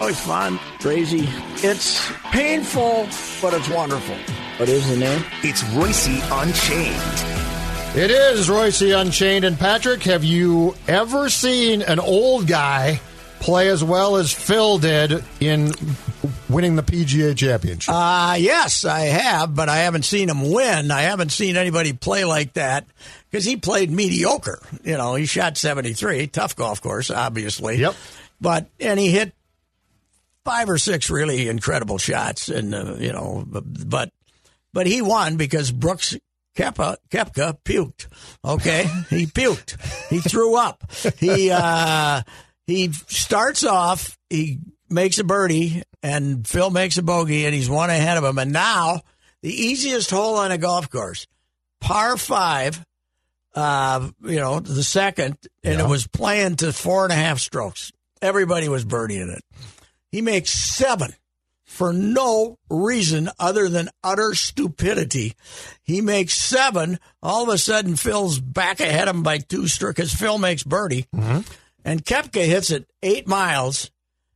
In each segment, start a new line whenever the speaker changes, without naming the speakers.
Oh, it's fun, crazy. It's painful, but it's wonderful. What is the name?
It's Royce Unchained.
It is Royce Unchained. And Patrick, have you ever seen an old guy play as well as Phil did in winning the PGA Championship?
Uh, yes, I have, but I haven't seen him win. I haven't seen anybody play like that because he played mediocre. You know, he shot 73, tough golf course, obviously.
Yep.
But, and he hit five or six really incredible shots. And, uh, you know, but, but he won because Brooks Kepka, Kepka puked. Okay. he puked. He threw up. He, uh, he starts off, he makes a birdie, and Phil makes a bogey, and he's one ahead of him. And now, the easiest hole on a golf course, par five, uh, you know, the second, and it was playing to four and a half strokes. Everybody was birdieing it. He makes seven for no reason other than utter stupidity. He makes seven. All of a sudden, Phil's back ahead of him by two strokes because Phil makes birdie. And Kepka hits it eight miles.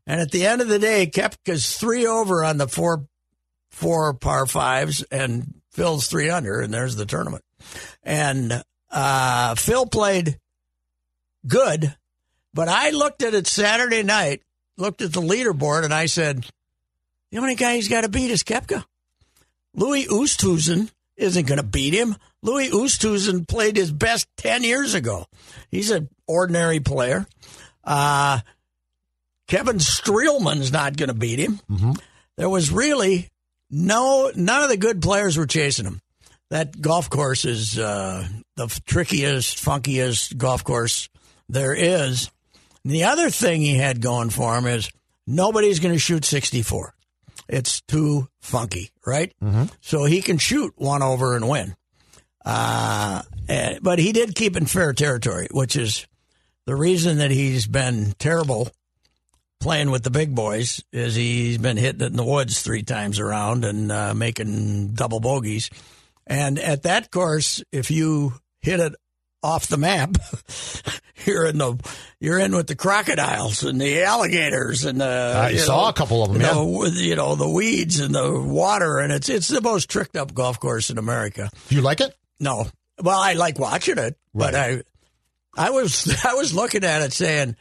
And at the end of the day, Kepka's three over on the four four par fives and Phil's three under, and there's the tournament. And uh, Phil played good, but I looked at it Saturday night, looked at the leaderboard, and I said, the only guy he's got to beat is Kepka. Louis Oosthuizen isn't going to beat him. Louis Oosthuizen played his best 10 years ago. He's an ordinary player. Uh, Kevin Streelman's not going to beat him. There was really no, none of the good players were chasing him. That golf course is uh, the trickiest, funkiest golf course there is. And the other thing he had going for him is nobody's going to shoot 64. It's too funky, right?
Mm-hmm.
So he can shoot one over and win. Uh, eh, but he did keep in fair territory, which is the reason that he's been terrible playing with the big boys is he's been hitting it in the woods three times around and uh, making double bogeys. And at that course, if you hit it off the map, you're in the you're in with the crocodiles and the alligators and the
I Uh, saw a couple of 'em,
you
Oh, yeah.
know, with, you know the weeds and the water and it's it's the most tricked up golf course in America.
Do you like it?
No. Well, I like watching it, but I I was I was looking at it saying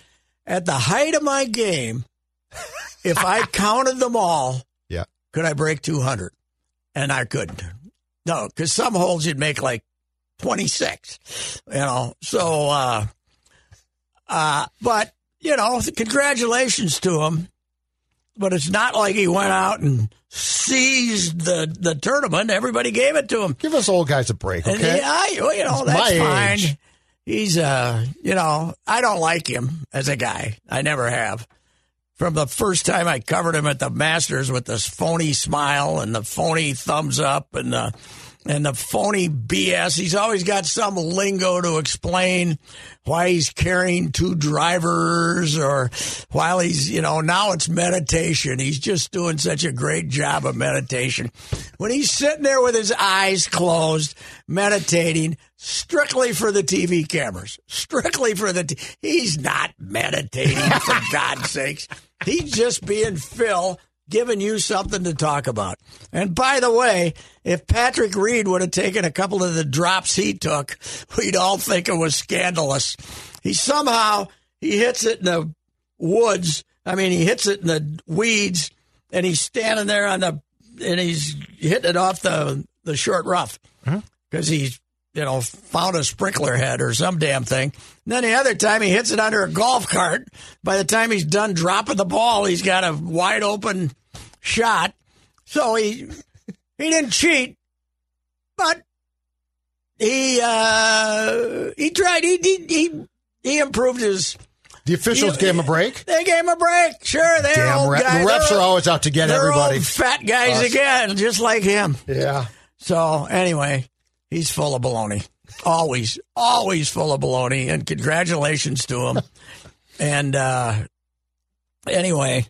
at the height of my game if I counted them all,
Yeah.
could I break 200? And I couldn't. No, cuz some holes you'd make like 26. You know. So uh uh but you know, congratulations to him. But it's not like he went out and seized the the tournament. Everybody gave it to him.
Give us old guys a break,
And
okay?
he- I, well, you know,
It's
that's
my
fine.
age.
He's, uh, you know, I don't like him as a guy. I never have. From the first time I covered him at the Masters with this phony smile and the phony thumbs up and the and the phony BS. He's always got some lingo to explain why he's carrying two drivers or while he's, you know, now it's meditation. He's just doing such a great job of meditation. When he's sitting there with his eyes closed, meditating strictly for the TV cameras, strictly for the, t- he's not meditating for God's sakes. He's just being Phil giving you something to talk about. And by the way, if Patrick Reed would have taken a couple of the drops he took, we'd all think it was scandalous. He somehow he hits it in the woods I mean, he hits it in the weeds, and he's standing there on the and he's hitting it off the the short rough because he's you know found a sprinkler head or some damn thing. And then the other time he hits it under a golf cart. By the time he's done dropping the ball, he's got a wide open shot. So he he didn't cheat, but he uh, he tried. He he he, he improved his.
The officials gave him a break.
They gave him a break. Sure, they're
Damn
old
ref-
guys.
the refs
They're
are always out to get
they're
everybody.
old fat guys again, just like him.
Yeah.
So anyway, he's full of baloney. Always, always full of baloney. And congratulations to him. and uh, anyway,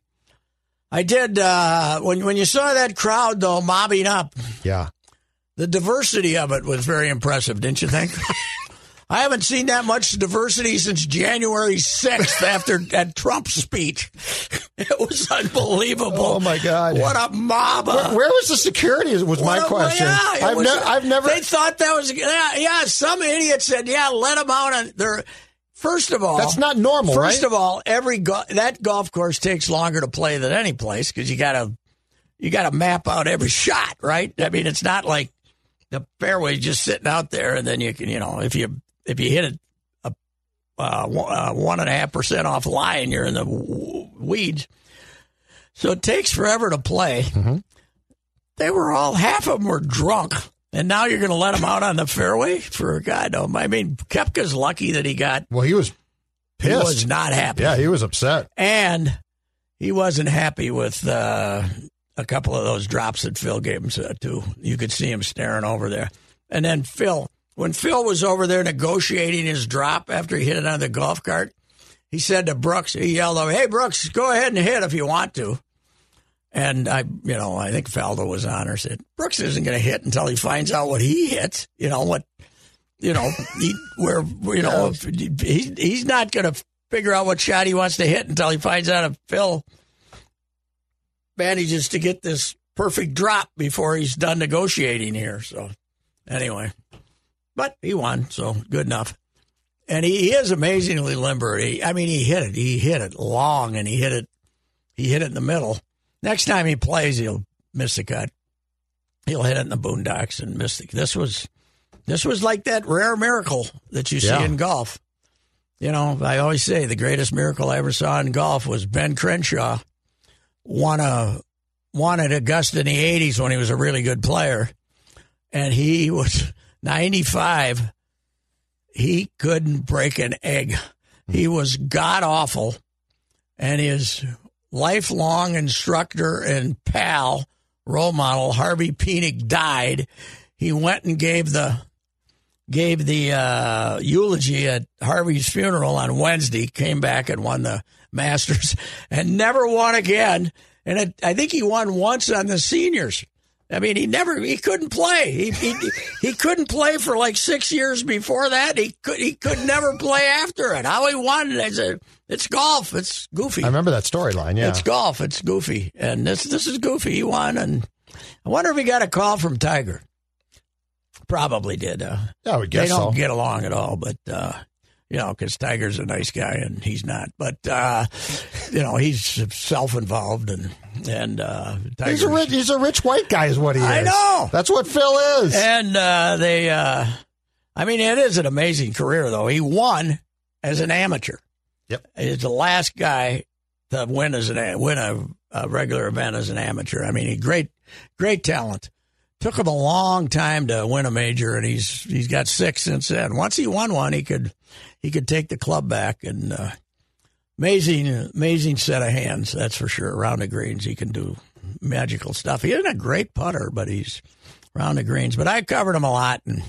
I did uh, when when you saw that crowd though mobbing up.
Yeah.
The diversity of it was very impressive, didn't you think? I haven't seen that much diversity since January 6th after that Trump speech. It was unbelievable.
Oh, my God.
What a mob. of-
Uh, Where was the security? Was my
what a-
question.
yeah, it
I've,
was- uh,
ne- I've never.
They thought that was. Yeah, yeah, some idiot said, yeah, let them out on their. First of all,
That's not normal,
First
right?
of all, every go- that golf course takes longer to play than any place because you got to you got to map out every shot, right? I mean, it's not like the fairway just sitting out there, and then you can, you know, if you if you hit it a uh, one- uh, one and a half percent off line, you're in the w- weeds. So it takes forever to play.
Mm-hmm.
They were all half of them were drunk, and now you're going to let them out on the fairway for God. Oh, I mean, Kepka's lucky that he got.
well, he was
He
pissed.
was not happy
yeah, he was upset.
and he wasn't happy with uh, a couple of those drops that Phil gave him uh, too. You could see him staring over there. And then Phil, when Phil was over there negotiating his drop after he hit it on the golf cart, he said to Brooks, he yelled over, "Hey Brooks, go ahead and hit if you want to." And I, you know, I think Faldo was on or said Brooks isn't going to hit until he finds out what he hits. You know what? You know, he, where you know if- he's he's not going to figure out what shot he wants to hit until he finds out if Phil manages to get this perfect drop before he's done negotiating here. So anyway, but he won, so good enough. And he, he is amazingly limber. He, I mean, he hit it. He hit it long, and he hit it. He hit it in the middle. Next time he plays, he'll miss the cut. He'll hit it in the boondocks and miss the. This was, this was like that rare miracle that you
Yeah.
see in golf. You know, I always say the greatest miracle I ever saw in golf was Ben Crenshaw won a won at Augusta in the '80s when he was a really good player, and he was 95 he couldn't break an egg. He was god awful. And his lifelong instructor and pal, role model, Harvey Penick, died. He went and gave the gave the uh, eulogy at Harvey's funeral on Wednesday, came back and won the Masters and never won again. And it, I think he won once on the seniors. I mean, he never he couldn't play. He, he he couldn't play for like six years before that. He could he could never play after it. How he won is a it's golf. It's goofy.
I remember that storyline. Yeah.
It's golf. It's goofy, and this this is goofy. He won, and I wonder if he got a call from Tiger. Probably did. Uh,
Yeah, I would
they
guess
don't
so.
get along at all, but uh, you know, because Tiger's a nice guy and he's not. But uh, you know, he's self-involved and and uh, Tiger's,
He's a rich. He's a rich white guy, is what he is.
I know.
That's what Phil is.
And uh, they, uh, I mean, it is an amazing career, though. He won as an amateur.
Yep.
He's the last guy to win as an a- win a, a regular event as an amateur. I mean, he great, great talent. Took him a long time to win a major, and he's he's got six since then. Once he won one, he could he could take the club back and. Uh, Amazing, amazing set of hands. That's for sure. Around the greens, he can do magical stuff. He isn't a great putter, but he's around the greens. But I covered him a lot, and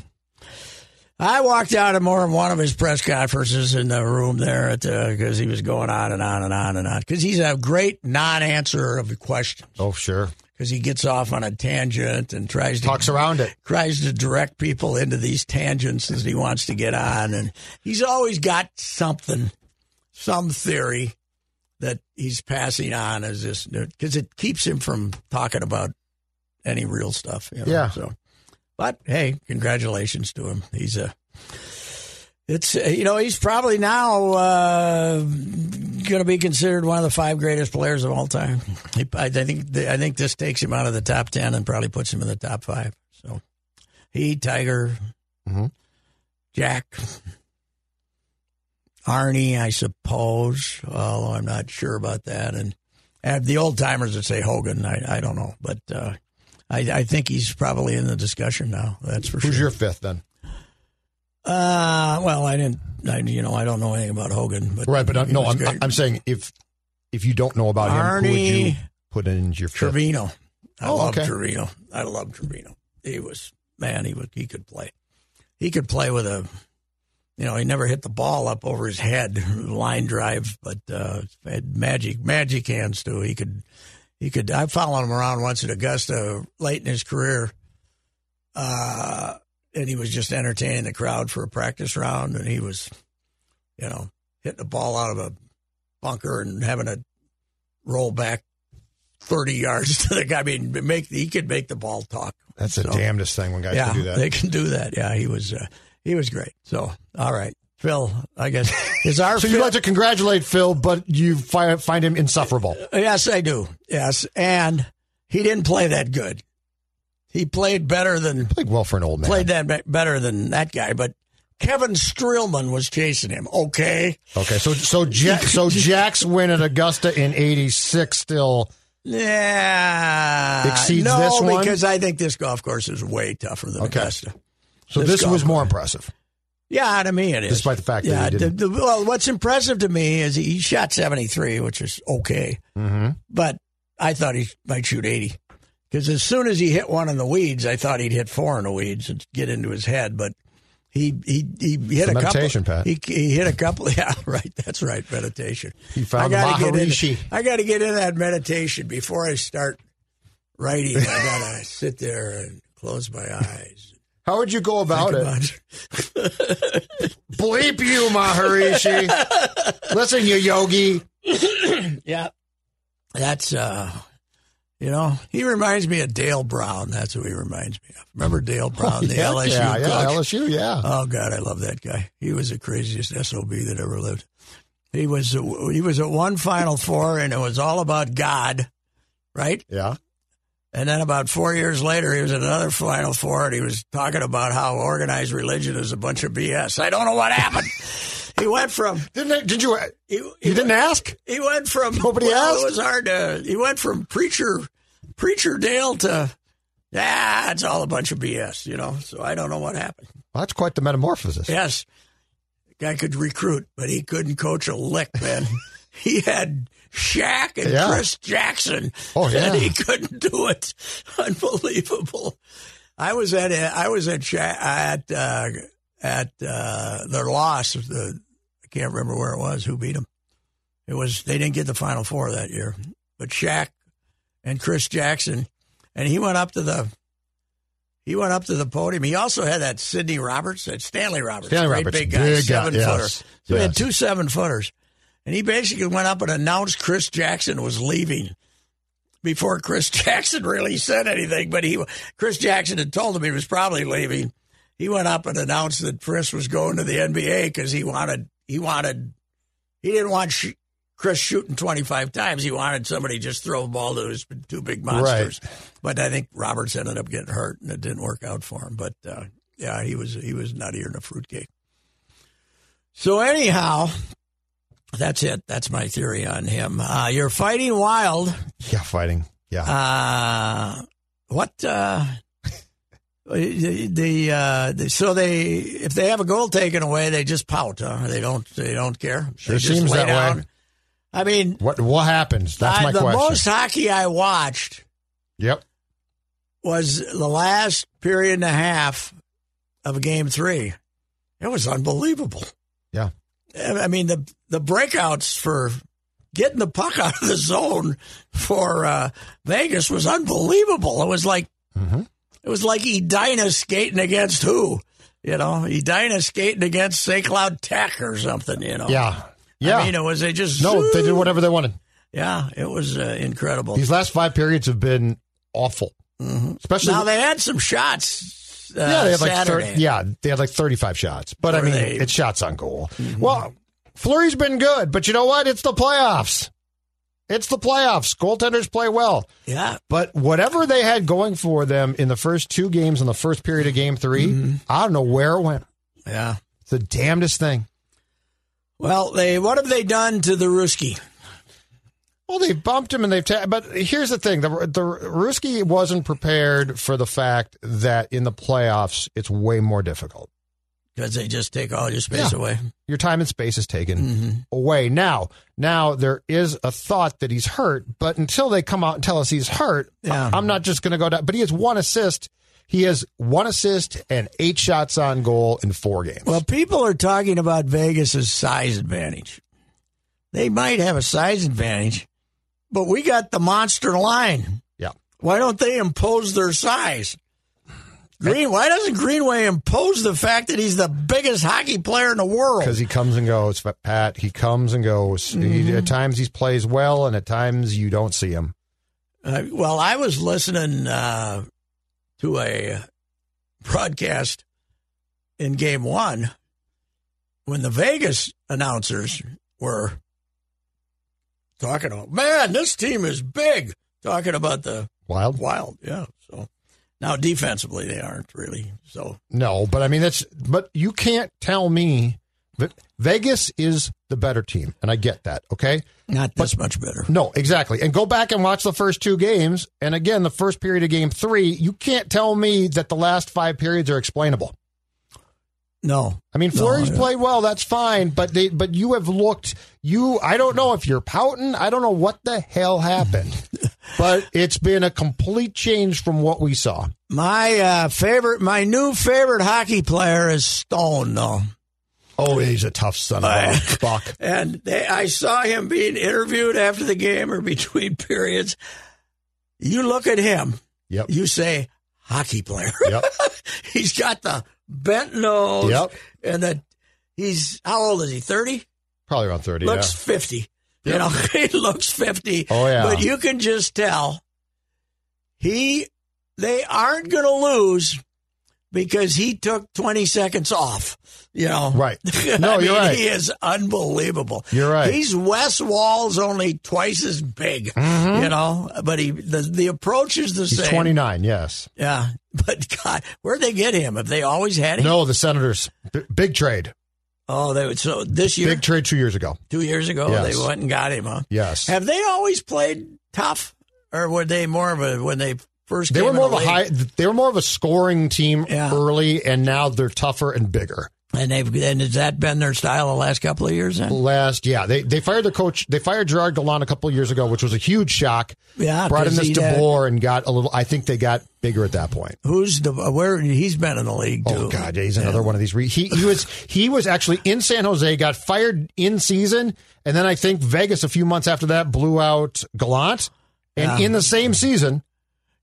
I walked out of more than one of his press conferences in the room there at because he was going on and on and on and on because he's a great non-answerer of the question
oh, sure.
because he gets off on a tangent and tries to
Talks around it.
tries to direct people into these tangents as he wants to get on, and he's always got something, some theory that he's passing on as this because it keeps him from talking about any real stuff. you know,
Yeah.
So, but hey, congratulations to him. He's a It's uh, you know he's probably now uh, going to be considered one of the five greatest players of all time. He, I, I think th- I think this takes him out of the top ten and probably puts him in the top five. So he, Tiger,
Mm-hmm.
Jack, Arnie, I suppose. Although I'm not sure about that, and, and the old timers would say Hogan. I, I don't know, but uh, I, I think he's probably in the discussion now. That's for
Who's
sure.
your fifth then?
Uh, well, I didn't. I, you know, I don't know anything about Hogan, but
Right, but uh,
he
no,
was
I'm,
great.
I'm saying if if you don't know about him, who would you
Arnie.
put in your fifth?
Trevino. I
Oh,
love
okay.
Trevino. I love Trevino. He was man. He would. He could play. He could play with a. You know, he never hit the ball up over his head, line drive, but uh, had magic, magic hands too. He could, he could. I followed him around once at Augusta late in his career, uh, and he was just entertaining the crowd for a practice round, and he was, you know, hitting the ball out of a bunker and having a roll back thirty yards to the guy. I mean, make he could make the ball talk.
That's the
So,
damnedest thing when guys
Yeah,
can do that.
they can do that. Yeah, he was uh, he was great. So all right, Phil, I guess is our
so you
Phil-
like to congratulate Phil, but you fi- find him insufferable.
Yes, I do. Yes, and he didn't play that good. He played better than
Played well for an old man.
played that be- better than that guy, but. Kevin Streelman was chasing him. Okay,
Okay, so so Jack, so Jack's win at Augusta in '86 still.
yeah,
Exceeds
no,
this one?
because I think this golf course is way tougher than
Okay.
Augusta.
So
This
this, was
golf
more impressive.
Yeah, to me it is.
Despite the fact that
yeah,
he didn't.
the- the- well, what's impressive to me is he shot 73, which is okay.
Mm-hmm.
But I thought he might shoot 80. Because as soon as he hit one in the weeds, I thought he'd hit four in the weeds and get into his head. But he he he hit a
meditation,
couple.
Pat.
He, he hit a couple. Yeah, right. That's right. Meditation.
He found
I gotta get in-
Maharishi.
I got to get in that meditation before I start writing. I got to sit there and close my eyes.
How would you go about
Think
it?
about it.
Bleep you, Maharishi. Listen, you yogi.
Yeah. That's uh you know, he reminds me of Dale Brown. That's who he reminds me of. Remember Dale Brown, the
Heck
LSU
Oh, yeah,
coach?
yeah, LSU, yeah.
Oh God, I love that guy. He was the craziest SOB that ever lived. He was he was at one Final Four, and it was all about God, right?
Yeah.
And then about four years later, he was at another Final Four, and he was talking about how organized religion is a bunch of BS. I don't know what happened. he went from
Didn't it, did you?
he, he
You didn't ask.
he went from
Nobody
well,
asked?
It was hard to. He went from preacher, preacher Dale to ah, it's all a bunch of BS, you know. So I don't know what happened.
Well, that's quite the metamorphosis.
Yes, guy could recruit, but he couldn't coach a lick, man. he had Shaq and
Yeah.
Chris Jackson.
Oh, yeah.
and he couldn't do it. Unbelievable. I was at a- I was at Sha- at uh, at uh, their loss. The, I can't remember where it was. Who beat them? It was they didn't get the final four that year, but Shaq and Chris Jackson, and he went up to the he went up to the podium. He also had that Sidney Roberts, that Stanley Roberts,
Stanley
great
Roberts,
big guy,
big guy,
seven
yes,
footer. So he had
yes.
two seven footers, and he basically went up and announced Chris Jackson was leaving before Chris Jackson really said anything, but he Chris Jackson had told him he was probably leaving. He went up and announced that Chris was going to the NBA because he wanted he wanted he didn't want sh- Chris shooting twenty five times. He wanted somebody to just throw the ball to his two big monsters. But I think Roberts ended up getting hurt and it didn't work out for him. But uh, yeah, he was he was nuttier than a fruitcake. So anyhow, that's it. That's my theory on him. Uh, you're fighting wild.
Yeah, fighting. Yeah.
Uh, what uh, the the, uh, the so they if they have a goal taken away, they just pout. Huh? They don't they don't care.
Sure
They just
seems
lay
that way.
down. I mean,
what what happens? That's
I-
my
the
question.
most hockey I watched
yep.
was the last period and a half of game three. It was unbelievable.
Yeah.
I I mean the the breakouts for getting the puck out of the zone for uh, Vegas was unbelievable. It was like
Mhm.
it was like Edina skating against who, you know, Edina skating against St. Cloud Tech or something, you know.
Yeah. Yeah.
I mean, it was they just
no, they did whatever they wanted.
Yeah, it was uh, incredible. Mm-hmm.
These last five periods have been awful, especially
Now they had some shots uh,
yeah, they had like
Saturday.
30, yeah, they had like 35 shots. But I
Were
mean,
they-
it's shots on goal.
Mm-hmm.
Well, Fleury's been good, but you know what? It's the playoffs. It's the playoffs. Goaltenders play well.
Yeah.
But whatever they had going for them in the first two games in the first period of game 3 I don't know where it went.
Yeah.
It's the damnedest thing.
Well, they what have they done to the Ruski?
Well, they bumped him and they've. Ta- but here's the thing: the the Ruski wasn't prepared for the fact that in the playoffs it's way more difficult.
Because they just take all your space
Yeah.
away.
Your time and space is taken
Mm-hmm.
away. Now, now there is a thought that he's hurt, but until they come out and tell us he's hurt,
Yeah.
I, am not just going to go down. But he has one assist. He has one assist and eight shots on goal in four games.
Well, people are talking about Vegas's size advantage. They might have a size advantage, but we got the monster line.
yeah.
Why don't they impose their size? Green, why doesn't Greenway impose the fact that he's the biggest hockey player in the world?
Because he comes and goes, Pat. He comes and goes. He, at times he plays well, and at times you don't see him.
Uh, well, I was listening uh, to a broadcast in game one when the Vegas announcers were talking about, man, this team is big, talking about the
Wild.
Wild. Yeah. So now defensively, they aren't really. So
No, but I mean that's but you can't tell me that Vegas is the better team, and I get that. Okay,
not this much better.
no, exactly. And go back and watch the first two games, and again the first period of game three. You can't tell me that the last five periods are explainable.
No.
I mean,
No,
Flurry's
yeah.
played well, that's fine, but they but you have looked you. I don't know if you're pouting. I don't know what the hell happened, but it's been a complete change from what we saw.
My uh, favorite, my new favorite hockey player is Stone, though.
Oh, he's a tough son of a buck.
And they, I saw him being interviewed after the game or between periods. You look at him,
Yep.
you say, hockey player.
Yep.
he's got the bent nose.
Yep.
And the, he's, how old is he? 30?
Probably around thirty.
Looks
yeah.
50. You know, he looks 50.
Oh, yeah.
But you can just tell he, they aren't going to lose because he took 20 seconds off. You know,
Right. No,
I mean,
you're right.
He is unbelievable.
You're right.
He's Wes Wall's only twice as big, you know, but he the, the approach is the
Mm-hmm. He's
same.
29, yes.
Yeah. But God, where'd they get him? Have they always had him?
No, the Senators. B- big trade.
Oh, they would. So this year,
Big trade two years ago.
two years ago,
Yes.
they went and got him, huh?
Yes.
Have they always played tough, or were they more of a when they first?
They
came
were
in
more of
the
a high
league,
they were more of a scoring team
Yeah.
early and now they're tougher and bigger.
and they've and has that been their style the last couple of years? Then
Last yeah, they they fired their coach they fired Gerard Gallant a couple of years ago, which was a huge shock.
Yeah,
Brought in
'cause
this
he had-
DeBoer and got a little I think they got bigger at that point.
who's the where he's been in the league? Too.
Oh God, yeah, he's another one of these. Re- he he was he was actually in San Jose, got fired in season, and then I think Vegas a few months after that blew out Gallant, and in the same season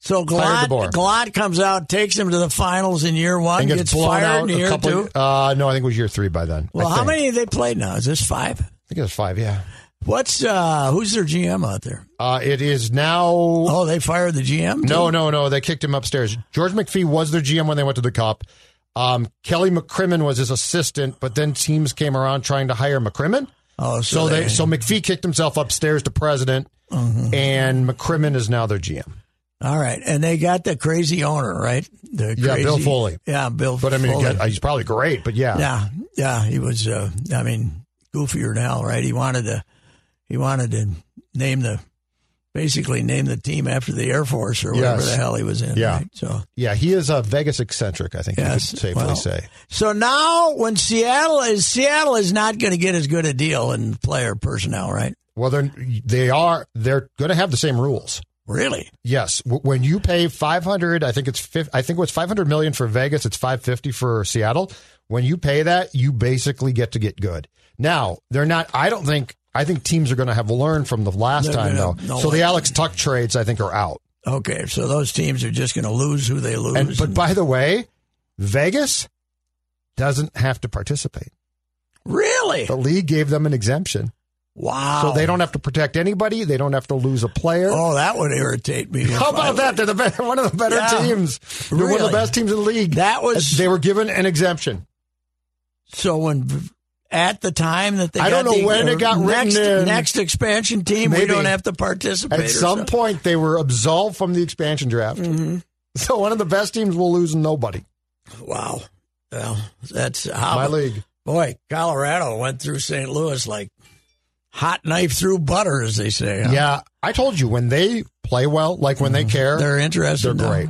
So
Fired DeBoer.
Gallant, Gallant comes out, takes him to the finals in year one,
and gets, blown
fired
out
in
a
year
couple.
two.
uh, no, I think it was year three by then.
well,
I
how
think.
many have they played now? Is this five?
I think it was five. Yeah,
What's uh who's their GM out there?
uh, it is now.
Oh, they fired the GM. too?
no, no, no. They kicked him upstairs. George McPhee was their GM when they went to the Cup. Um, Kelly McCrimmon was his assistant, but then teams came around trying to hire McCrimmon.
Oh, so,
So they Mm-hmm. so McPhee kicked himself upstairs to president, and McCrimmon is now their GM.
all right, and they got the crazy owner, right? The
Yeah, Bill
crazy-
Foley.
Yeah, Bill.
But I mean,
Foley.
again, he's probably great. But yeah,
Yeah, yeah, he was. Uh, I mean, goofier than hell, right? He wanted to, he wanted to name the, basically name the team after the Air Force or whatever
Yes.
the hell he was in.
Yeah.
right? So
yeah, he is a Vegas eccentric. I think
yes,
you could safely
well,
say.
So now, when Seattle is Seattle is not going to get as good a deal in player personnel, right?
Well, they're they are they're going to have the same rules.
Really?
Yes, W- when you pay five hundred, I think it's fif- I think it was five hundred million for Vegas. It's five fifty for Seattle. When you pay that, you basically get to get good. Now they're not. I don't think. I think teams are going to have learned from the last
They're
time
gonna-
though.
no
so
way.
the Alex Tuck trades, I think, are out.
Okay, so those teams are just going to lose who they lose.
And but
and-
by the way, Vegas doesn't have to participate.
really,
The league gave them an exemption.
Wow.
So they don't have to protect anybody. They don't have to lose a player.
Oh, that would irritate me. if
How
I
about that? They're the be- one of the better
Yeah.
teams. They're one of
Really?
the best teams in the league.
That was-
they were given an exemption.
So when at the time that they
I
got
don't know
the- uh,
when it got
next,
written in.
next expansion team, we
Maybe.
don't have to participate. or
At some
something.
point, they were absolved from the expansion draft.
Mm-hmm.
So one of the best teams will lose nobody.
wow. Well, that's how
My league.
Boy, Colorado went through St. Louis like hot knife through butter, as they say. huh?
Yeah, I told you when they play well, like when they care,
Mm-hmm. they're interested.
They're
now.
great.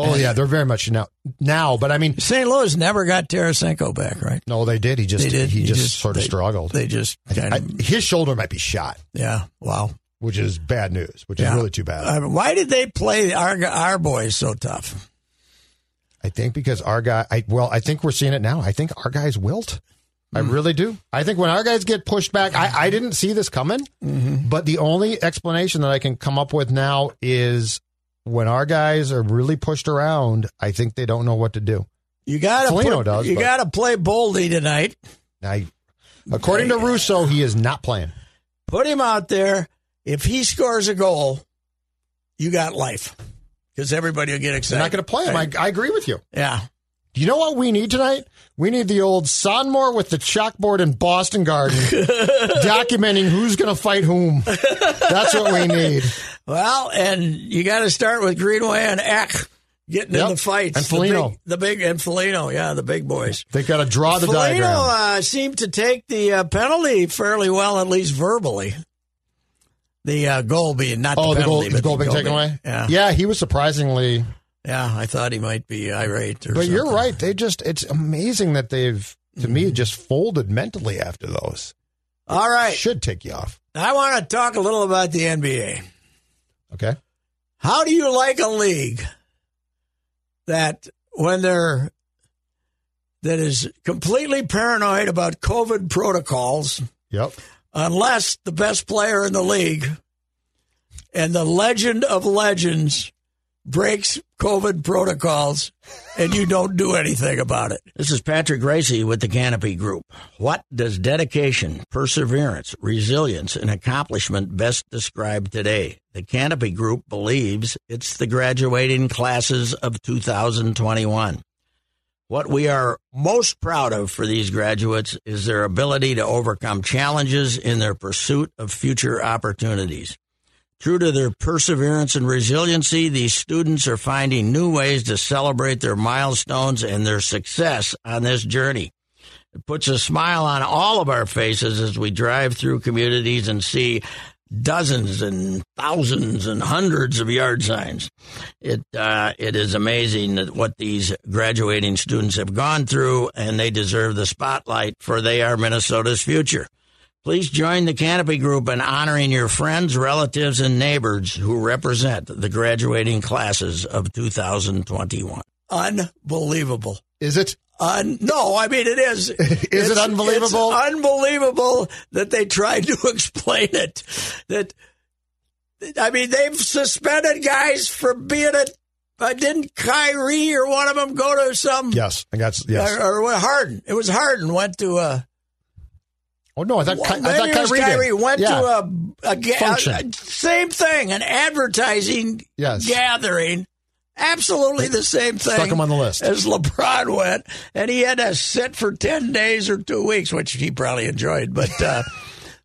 oh yeah, they're very much now. Now, but I mean,
St. Louis never got Tarasenko back, right?
no, they did. He just
They did.
he,
He
just,
just-
sort of
they-
struggled.
They just kind
I-
of,
his shoulder might be shot,
yeah. Wow.
which is bad news. Which
Yeah.
is really too bad.
I mean, why did they play our our boys so tough?
I think because our guy, I, well, I think we're seeing it now. I think our guys wilt. I really do. I think when our guys get pushed back, I, I didn't see this coming, but the only explanation that I can come up with now is when our guys are really pushed around, I think they don't know what to do.
You got to
Foligno does,
You
but-
got to play Boldy tonight.
I, according to Russo, he is not playing.
Put him out there. If he scores a goal, you got life because everybody will get
They're
excited.
not going to play him. I, I agree with you.
yeah.
Do you know what we need tonight? We need the old Sonmore with the chalkboard in Boston Garden documenting who's going to fight whom. That's what we need.
Well, and you got to start with Greenway and Eck getting
Yep.
in the fights.
And
The big-
Foligno.
the big, and Foligno, yeah, the big boys.
They got to draw the
Foligno
diagram.
uh, seemed to take the uh, penalty fairly well, at least verbally. The uh, goal being not
oh,
the
the goal,
penalty,
the
but
goal being taken
being-
away.
Yeah. yeah,
yeah, he was surprisingly.
I thought he might be irate. Or
But you're
something. Mm-hmm.
right. They just. It's amazing that they've, to me, just folded mentally after those.
All right,
Should take you off.
I want to talk a little about the NBA.
Okay.
How do you like a league that when they're that is completely paranoid about COVID protocols,
Yep.
unless the best player in the league and the legend of legends breaks COVID protocols and you don't do anything about it.
This is Patrick Gracie with the Canopy Group. What does dedication, perseverance, resilience, and accomplishment best describe today? The Canopy Group believes it's the graduating classes of 2021. What we are most proud of for these graduates is their ability to overcome challenges in their pursuit of future opportunities. True to their perseverance and resiliency, these students are finding new ways to celebrate their milestones and their success on this journey. It puts a smile on all of our faces as we drive through communities and see dozens and thousands and hundreds of yard signs. It uh, it is amazing that what these graduating students have gone through, and they deserve the spotlight for they are Minnesota's future. Please join the Canopy Group in honoring your friends, relatives, and neighbors who represent the graduating classes of 2021.
Unbelievable.
Is it?
Un- Uh, no, I mean it is. is
it unbelievable?
It's unbelievable that they tried to explain it. That I mean, they've suspended guys for being a. Uh, didn't Kyrie or one of them go to some?
Yes. I guess. Yes.
Or, or Harden. It was Harden went to uh, a.
Oh no, I thought. Ky- I thought
Maybe it was
Kyrie, did.
Kyrie uh, went
Yeah.
to a, a, ga-
Function.
same thing, an advertising
Yes.
gathering. Absolutely the same thing.
Stuck him on the list.
as LeBron went, and he had to sit for ten days or two weeks, which he probably enjoyed. But uh,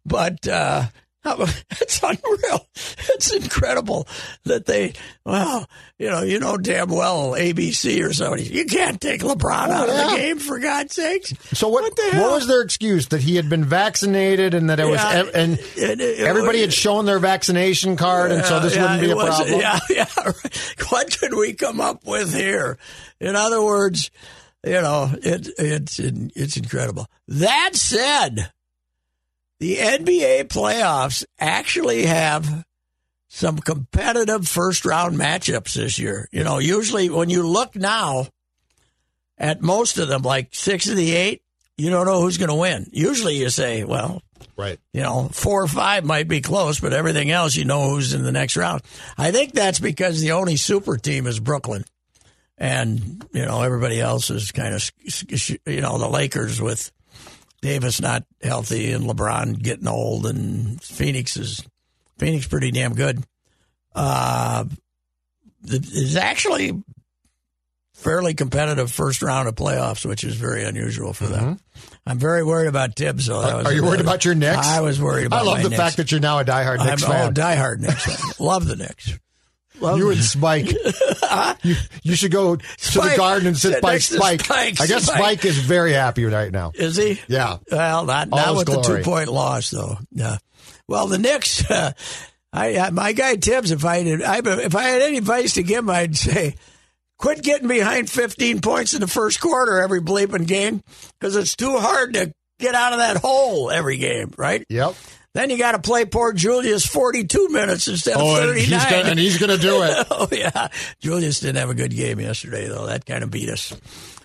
but uh, it's unreal. It's incredible that they. Well, you know, you know damn well ABC or somebody. You can't take LeBron out of
Oh, yeah.
the game for God's sakes.
So what?
What
What,
the hell?
was their excuse that he had been vaccinated and that it was
Yeah.
ev- and
It- it-
everybody had shown their vaccination card and so this
Yeah,
wouldn't be
it
a
was-
problem.
Yeah, yeah. What could we come up with here? In other words, you know, it, it's it's incredible. That said, the NBA playoffs actually have some competitive first round matchups this year. You know, usually when you look now at most of them, like six of the eight, you don't know who's going to win. Usually you say, well,
Right.
you know, four or five might be close, but everything else, you know who's in the next round. I think that's because the only super team is Brooklyn. And, you know, everybody else is kind of, you know, the Lakers with Davis not healthy and LeBron getting old and Phoenix is Phoenix pretty damn good. Uh, it's actually fairly competitive first round of playoffs, which is very unusual for them. I'm very worried about Tibbs. Though. That was
Mm-hmm. Are you worried about your Knicks?
I was worried about.
I love
my
the
Knicks.
fact that you're now a diehard Knicks
I'm
fan.
oh diehard Knicks. fan. Love the Knicks. Love
you and Spike. you, you should go to the
Spike.
garden and sit
Sit
by
next to
Spike.
Spike,
I guess Spike.
Spike.
is very happy right now.
Is he?
Yeah.
Well, not,
All
not
is
with the
glory.
two point loss though. Yeah. Well, the Knicks. Uh, I, I my guy Tibbs. If I did, I, if I had any advice to give him, I'd say. Quit getting behind 15 points in the first quarter every bleeping game because it's too hard to get out of that hole every game, right?
Yep.
Then you got to play poor Julius 42 minutes instead of
Oh, and
39.
he's gonna, and he's gonna do it.
oh yeah, Julius didn't have a good game yesterday though. That kind of beat us.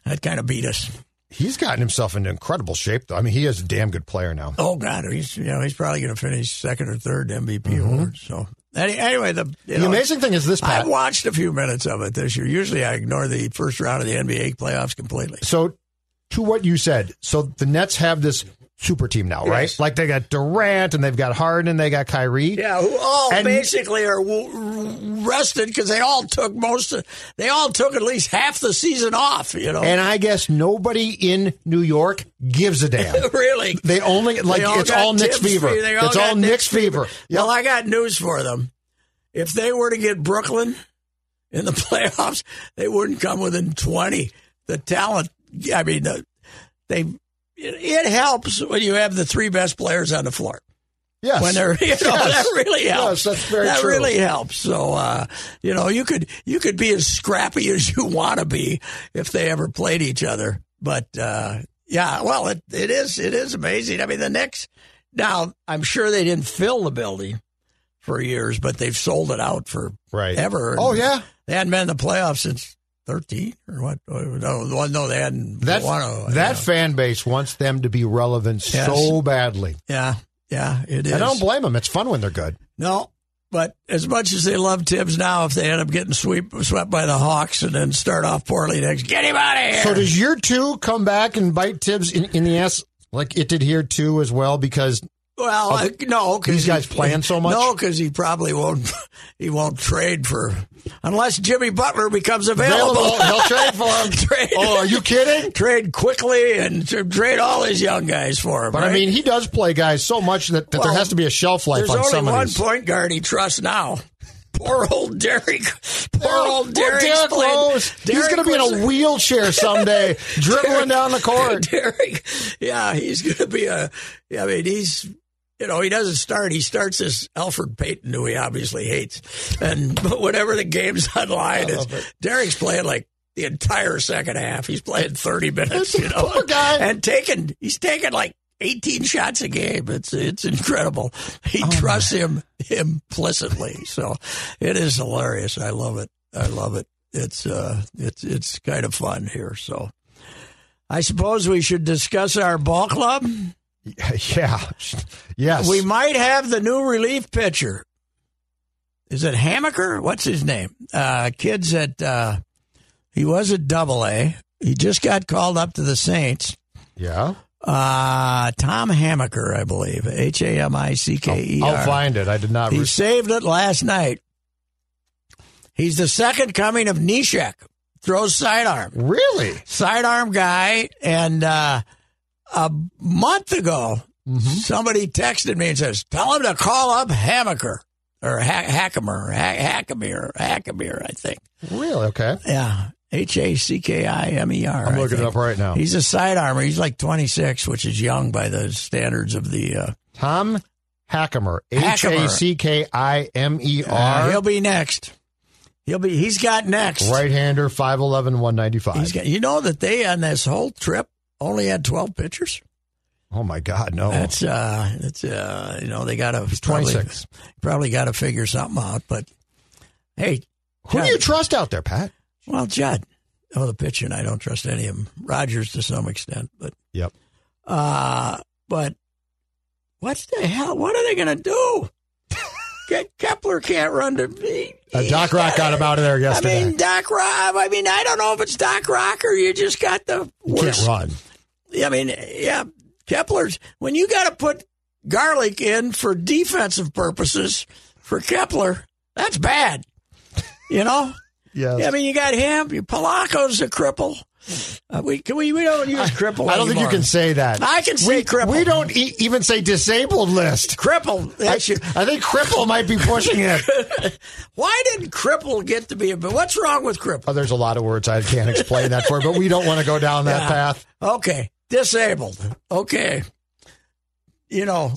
That kind of beat us.
He's gotten himself into incredible shape. Though. I mean, he is a damn good player now.
Oh God, he's you know he's probably going to finish second or third MVP award. So any, anyway, the you
The
know,
amazing thing is this, Pat.
I've watched a few minutes of it this year. Usually, I ignore the first round of the NBA playoffs completely.
So, to what you said, so the Nets have this super team now, right?
Yes.
Like they got Durant and they've got Harden and they got Kyrie.
Yeah, who all
And-
basically are w- rested because they all took most. Of, they all took at least half the season off. You know,
And I guess nobody in New York gives a damn.
really,
They only like
They all
it's
got
all Knicks
Tibbs
fever.
fever. They all
It's
got
all
Knicks
Knicks fever. Yeah.
Well, I got news for them. If they were to get Brooklyn in the playoffs, they wouldn't come within 20. The talent, I mean, the, they. It, it helps when you have the three best players on the floor.
Yes.
When they're, you know, that really helps.
Yes, that's very
that
true.
really helps. So, uh, you know, you could you could be as scrappy as you want to be if they ever played each other. But uh, yeah, well, it, it is it is amazing. I mean, the Knicks. Now, I'm sure they didn't fill the building for years, but they've sold it out for
Right.
ever.
Oh yeah.
they hadn't been in the playoffs since 13 or what? Oh, No, well, no, they hadn't.
That
won a-
that fan base wants them to be relevant
Yes.
so badly.
yeah, yeah, it is.
I don't blame them. It's fun when they're good.
No, but as much as they love Tibbs now, if they end up getting sweep, swept by the Hawks and then start off poorly next, get him out of here.
So does your two come back and bite Tibbs in, in the ass like it did here too as well? Because
well, uh, no, because
These guys playing so much?
No, because he probably won't. He won't trade for unless Jimmy Butler becomes available.
available, they'll trade for him.
Trade.
Oh, are you kidding?
Trade quickly and tr- trade all these young guys for him.
But I
right?
mean, he does play guys so much that, that there
Well,
has to be a shelf life
there's
on
only
some of
one
these.
point guard he trusts now. Poor old Derek. Poor
Well,
old Derek.
Derrick Rose. He's going to be in a wheelchair someday, dribbling down the court.
Derek, yeah, he's going to be a. I mean, he's you know he doesn't start. He starts this Alfred Payton, who he obviously hates, and but whenever the game's online, it's, Derek's playing like the entire second half. He's playing thirty minutes, you know,
Poor guy.
and taking he's taking like. 18 shots a game. It's it's incredible.
Oh,
He trusts him implicitly. So it is hilarious. I love it. I love it. It's uh it's it's kind of fun here. So I suppose we should discuss our ball club.
Yeah. Yes.
We might have the new relief pitcher. Is it Hamaker? What's his name? Uh, kids at uh, he was at Double A. He just got called up to the Saints.
yeah.
Uh, Tom Hamaker, I believe. H A M I C K E
I'll
R.
find it. I did not.
He
Re-
saved it last night. He's the second coming of Nishek. Throws sidearm
really?
sidearm guy, and uh, a month ago,
Mm-hmm.
somebody texted me and says, "Tell him to call up Hamaker or ha- Hackamer, ha- Hackamere, Hackamere." I think,
Really? Okay.
yeah, H A C K I M E R.
I'm
I
looking it
think.
up right now.
He's a sidearmer. He's like 26, which is young by the standards of the. Uh,
Tom Hackamer. H
Hackamer.
A C K I M E
uh, he'll
R.
be next. He'll be. He's got next.
Right hander, 5'11, 195.
He's got. You know that they on this whole trip only had 12 pitchers.
oh, my God. No.
That's uh, that's uh, you know, they got to probably,
26.
probably got to figure something out. But hey,
Who do
Judd-
you trust out there, Pat?
Well, Judd, oh, the pitching, I don't trust any of them. Rogers to some extent, but
Yep.
uh, but what's the hell? What are they gonna do? Ke- Kepler can't run to me.
Uh, Doc Rock got him out of there
I
yesterday.
mean, Doc Rock. I mean, I don't know if it's Doc Rock or you just got the
He can't
worst
run.
I mean, yeah, Kepler's when you got to put garlic in for defensive purposes for Kepler, that's bad. You know.
Yes.
I mean, you got him. Your Polacco's a cripple. Uh, we can we we don't use cripple.
I don't think you
anymore.
can say that.
I can say
we,
cripple.
We don't e- even say disabled list.
cripple.
I, I
That's your, uh,
think cripple might be pushing it.
why did cripple get to be a? But what's wrong with cripple?
Oh, there's a lot of words I can't explain that for, but we don't want to go down that
Yeah.
path.
Okay, disabled. Okay, you know,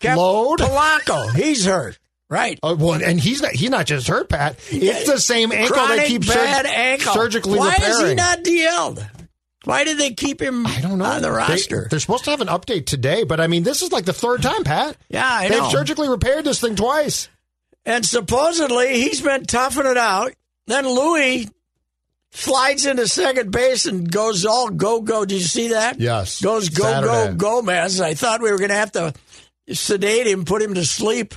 Cap-
Load?
Polacco, he's hurt. Right.
Uh, well, and he's not, he's not just hurt, Pat. It's the same ankle
Chronic
they keep sur-
bad ankle.
surgically
Why
repairing.
is he not DL'd? Why did they keep him
I don't know.
on the
They-
roster?
they're supposed to have an update today, but I mean, this is like the third time, Pat.
yeah, I
They've
know.
surgically repaired this thing twice.
And supposedly he's been toughing it out. Then Louis slides into second base and goes all go go. Did you see that?
Yes.
Goes go
Saturday.
go Gomez. I thought we were going to have to sedate him, put him to sleep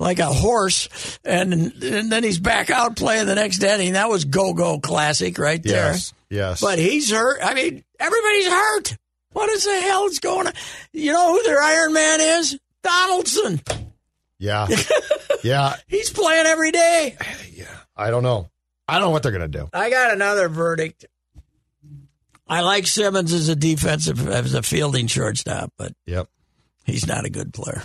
like a horse, and and then he's back out playing the next inning. That was go go classic right there.
Yes.
But he's hurt. I mean, everybody's hurt. What is the hell's going on? You know who their Iron Man is? Donaldson.
yeah. yeah.
He's playing every day.
I don't know. I don't know what they're going to do.
I got another verdict. I like Simmons as a defensive as a fielding shortstop, but
Yep.
he's not a good player.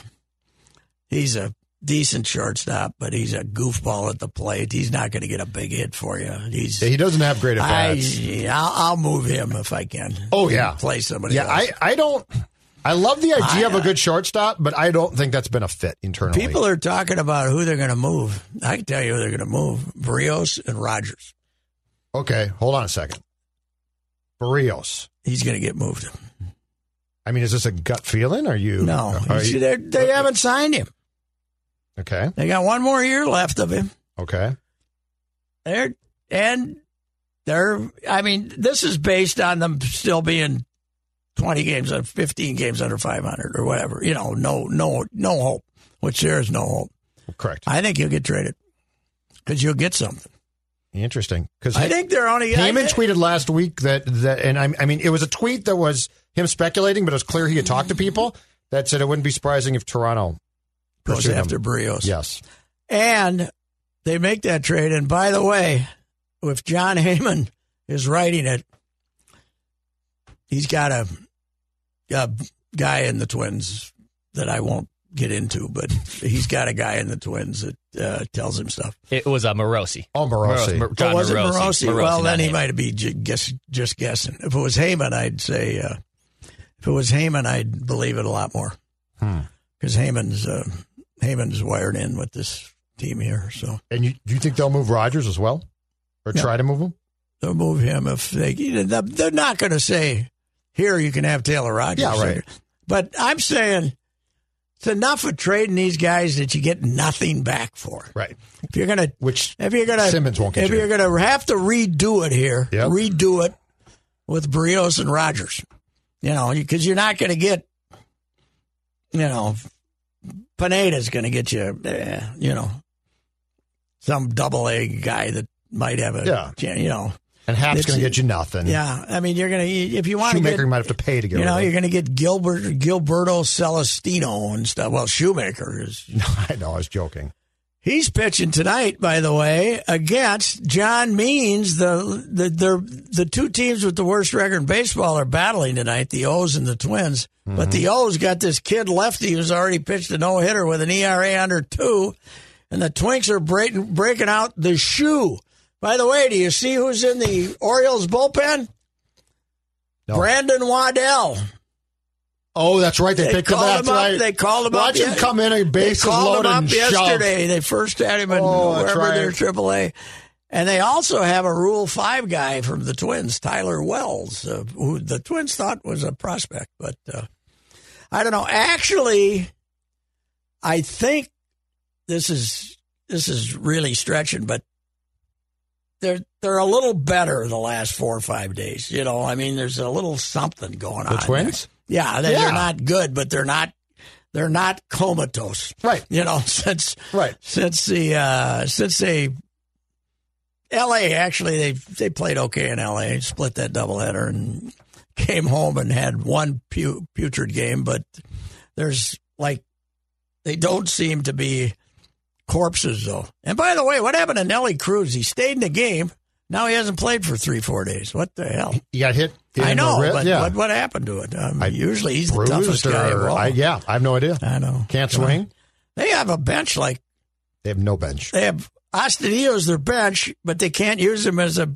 He's a decent shortstop, but he's a goofball at the plate. He's not going to get a big hit for you. He's
He doesn't have great at
I,
bats.
I'll, I'll move him if I can.
Oh, yeah.
play somebody.
Yeah,
else.
I, I don't. I love the idea of a good shortstop, but I don't think that's been a fit internally.
uh, People are talking about who they're going to move. I can tell you who they're going to move: Brios and Rogers.
okay, hold on a second. Barrios.
He's going to get moved.
I mean, is this a gut feeling? Are you
No,
Are
You see,
you-
they're- they
Uh,
haven't signed him.
okay,
They got one more year left of him.
okay,
They're and they're. I mean, this is based on them still being twenty games or fifteen games under five hundred or whatever. You know, no, no, no hope. Which there is no hope.
correct.
I think you'll get traded because you'll get something.
Interesting, because
I think they're only. I,
Heyman
think-
tweeted last week that that, and I, I mean, it was a tweet that was him speculating, but it was clear he had talked
Mm-hmm.
to people that said it wouldn't be surprising if Toronto
goes
pursued him.
after Brios.
Yes,
And they make that trade. And by the way, if John Heyman is writing it, he's got a, a guy in the Twins that I won't get into, but he's got a guy in the Twins that uh, tells him stuff.
It was a Morosi.
oh Morosi.
Mor- John
oh, was it
Morosi.
Morosi? well,
not
then he
him.
might be ju- guess, just guessing. If it was Heyman, I'd say. Uh, if it was Heyman, I'd believe it a lot more because Heyman's uh, Heyman's wired in with this team here, so.
and you you think they'll move Rogers as well, or try to move him?
They'll move him if they. you know, They're not going to say, "Here you can have Taylor Rogers."
Yeah, right.
But I'm saying it's enough of trading these guys that you get nothing back for.
Right.
If you're gonna,
Which
if you're gonna,
Simmons won't get
if
you.
you're gonna have to redo it here,
Yep.
redo it with Brios and Rogers. You know, because you're not going to get. You know, Pineda's going to get you. eh, you know, some double A guy that might have a.
Yeah.
chan- You know.
and Hap's
It's-
going to get you nothing.
Yeah, I mean, you're gonna if you want to get,
Shoemaker might have to pay to get
you know,
rid
you're
of
gonna
him.
get Gilbert Gilberto Celestino and stuff. Well, Shoemaker is
No, I know. I was joking.
he's pitching tonight, by the way, against John Means. The the the, the two teams with the worst record in baseball are battling tonight, the O's and the Twins. But the O's got this kid lefty who's already pitched a no hitter with an ERA under two, and the Twinks are breaking breaking out the shoe. By the way, do you see who's in the Orioles bullpen?
No.
Brandon Waddell.
Oh, that's right. They,
They
picked him
called
up.
him up.
right.
They called him up.
Watch
Yeah.
him come in and
They
bases
called him
loaded
up
and shoved.
yesterday. They first had him in
Oh, that's
wherever
right.
their AAA. And they also have a Rule 5 guy from the Twins, Tyler Wells, uh, who the Twins thought was a prospect. But uh, I don't know. Actually, I think this is this is really stretching, but they're they're a little better the last four or five days. You know, I mean, there's a little something going on.
The
there.
Twins?
Yeah, they,
Yeah.
they're not good, but they're not they're not comatose.
Right.
You know, since
Right.
since the uh, since they L.A. actually they they played okay in L.A. Split that doubleheader and came home and had one pu- putrid game, but there's like they don't seem to be corpses though. And by the way, what happened to Nelly Cruz? He stayed in the game. Now he hasn't played for three, four days. What the hell?
You got hit. in
I know,
the wrist?
but
yeah.
what, what happened to it? Um,
I
usually he's the
Bruised
toughest guy
or-
of all.
I, yeah, I have no idea.
I know.
Can't
You know,
swing.
They have a bench like
They have no bench
they have Astudillo as their bench, but they can't use him as a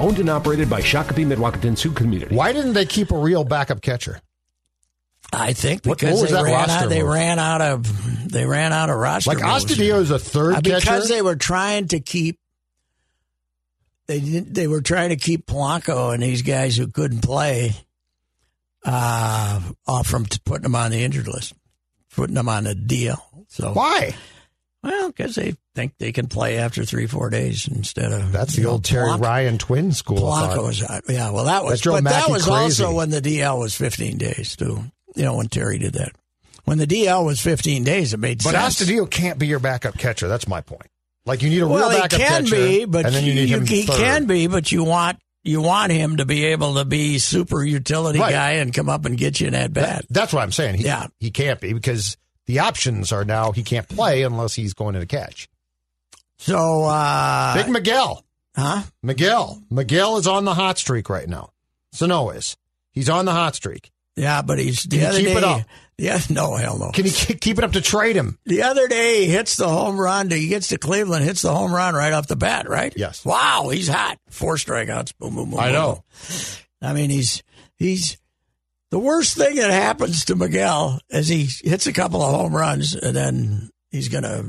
Owned and operated by Shakopee Midwakaton Sioux Community.
Why didn't they keep a real backup catcher?
I think
What-
because
what was
they,
that
ran
roster
out, they
move?
ran out of they ran out of roster.
Like
moves.
Ostadio is a third
Uh,
catcher.
because they were trying to keep they didn't, they were trying to keep Polanco and these guys who couldn't play uh, off from t- putting them on the injured list, putting them on a deal. So
Why?
well, because they think they can play after three four days instead of
That's the
you know,
old Terry
Polanco-
Ryan twin school. of
Polanco
thought.
was out. Yeah, well, that was
That drove
but that
Mackey
was
crazy.
also when the DL was 15 days too. You know when Terry did that. When the DL was 15 days, it made
But
sense.
Ostadio can't be your backup catcher. That's my point. Like you need a
well,
real
he
backup
can
catcher,
be, but
and then you, need him
he
third.
can be, but you want you want him to be able to be super utility
Right.
guy and come up and get you an at bat.
That's what I'm saying. He,
Yeah.
he can't be because the options are now he can't play unless he's going to the catch.
So, uh,
Big Miguel,
huh?
Miguel, Miguel is on the hot streak right now. Sano is. He's on the hot streak.
Yeah, but he's the
Can you
other
keep
day.
it up?
Yeah, no, hell no.
Can he ke- keep it up to trade him?
The other day, he hits the home run. He gets to Cleveland, hits the home run right off the bat, right?
Yes.
Wow, he's hot. Four strikeouts. Boom, boom, boom.
I
boom,
know.
boom. I mean, he's he's the worst thing that happens to Miguel is he hits a couple of home runs and then he's gonna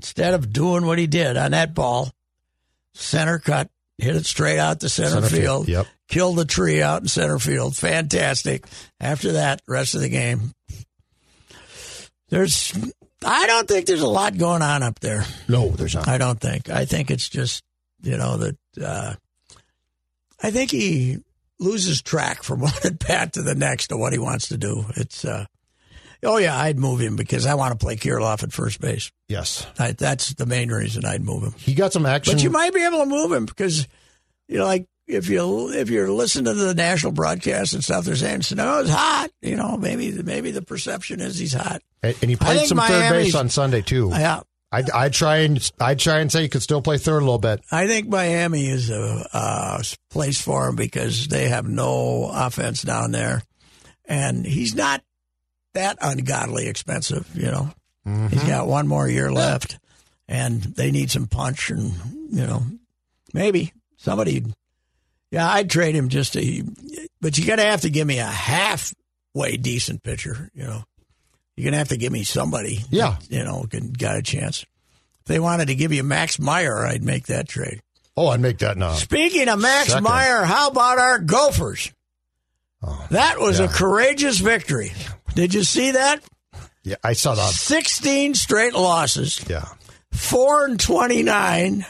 instead of doing what he did on that ball, center cut, hit it straight out to center,
Center field,
field.
yep.
Killed the tree out in center field. Fantastic. After that, rest of the game. There's I don't think there's a lot going on up there.
No, there's not.
I don't think. I think it's just, you know, that uh, I think he loses track from one at bat to the next of what he wants to do. It's, uh, oh yeah, I'd move him because I want to play Kirilov at first base.
Yes,
I, that's the main reason I'd move him.
he got some action.
But you might be able to move him because, you know, like if you if you're listening to the national broadcast and stuff, they're saying Sano's hot. You know, maybe maybe the perception is he's hot.
and, and he played
think
some third
Miami's-
base on Sunday too.
Yeah,
I I try and I try and say you could still play third a little bit.
I think Miami is a uh, place for him because they have no offense down there, and he's not that ungodly expensive. You know, he's got one more year left, and they need some punch, and you know, maybe somebody. Yeah, I'd trade him just to, but you got to have to give me a halfway decent pitcher. You know, you're gonna have to give me somebody.
Yeah.
that, you know, can, got a chance. If they wanted to give you Max Meyer, I'd make that trade.
Oh, I'd make that now.
Speaking of Max
Second.
Meyer, how about our Gophers?
Oh,
That was a
yeah.
courageous victory. Did you see that?
Yeah, I saw that.
16 straight losses,
Yeah,
4 and 29.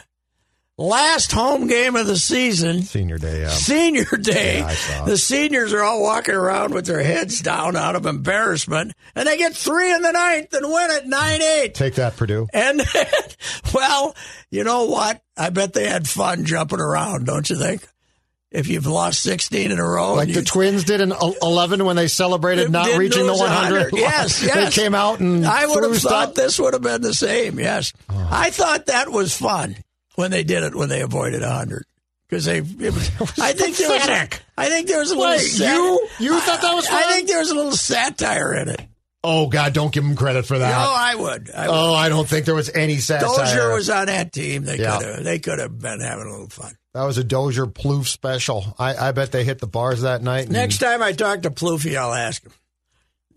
Last home game of the season,
senior day. Yeah.
senior day.
Yeah, I saw it.
the seniors are all walking around with their heads down out of embarrassment, and they get 3 in the ninth and win at 9 8.
Take that, Purdue.
And well, you know what? I bet they had fun jumping around, don't you think? If you've lost 16 in a row,
Like
and
the
Oh, you-
Twins did in el- 11 when they celebrated
Didn't
not reaching the
lose
100.
Yes, yes.
They came out and
I would
threw
have thought
stuff. Oh.
this would have been the same. Yes, I thought that was fun when they did it when they avoided 100 because they. It was, I think there was. A,
pathetic.
I think there was a little.
Wait, you- you thought that was
I
fun?
think there was a little satire in it.
Oh, God, don't give them credit for
no,
that.
I would. I would.
oh, I don't think there was any satire.
Dozier was on that team. They
Yeah.
could have. They could have been having a little fun.
that was a Dozier Plouffe special. I, I bet they hit the bars that night. and-
Next time I talk to Pluffy, I'll ask him.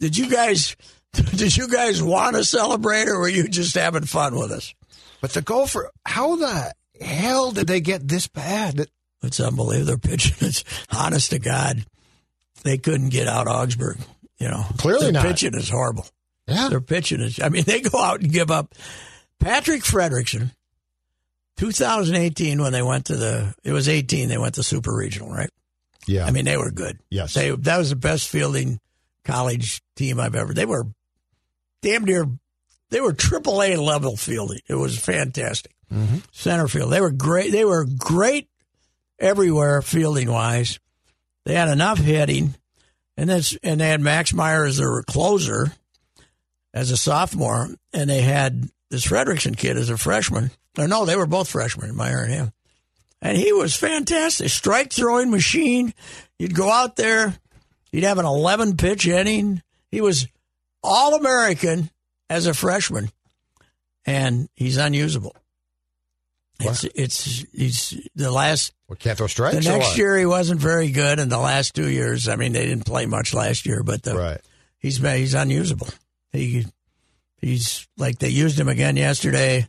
Did you guys? Did you guys want to celebrate, or were you just having fun with us?
But the Gopher, how the hell did they get this bad?
It's unbelievable. They're pitching. It's honest to God. they couldn't get out Augsburg. You know,
Clearly
their
not.
pitching is horrible.
Yeah.
Their pitching is. I mean, they go out and give up. Patrick Frederickson, 2018, when they went to the, it was 18. They went to Super Regional, right?
Yeah.
I mean, they were good.
Yes.
They that was the best fielding college team I've ever. They were damn near they were triple A level fielding. It was fantastic.
Mm-hmm.
Center field. They were great. They were great everywhere fielding wise. They had enough hitting, and that's and they had Max Meyer as their closer as a sophomore, and they had this Fredrickson kid as a freshman. Or no, they were both freshmen, Meyer and him and he was fantastic. Strike throwing machine. You'd go out there, he'd have an 11 pitch inning. He was all American as a freshman, and he's unusable. It's, it's he's the last
Well, can't throw strikes.
the
or
next
what?
year he wasn't very good, and the last two years, I mean, they didn't play much last year, but the,
Right.
he's been- he's unusable. He he's like they used him again yesterday,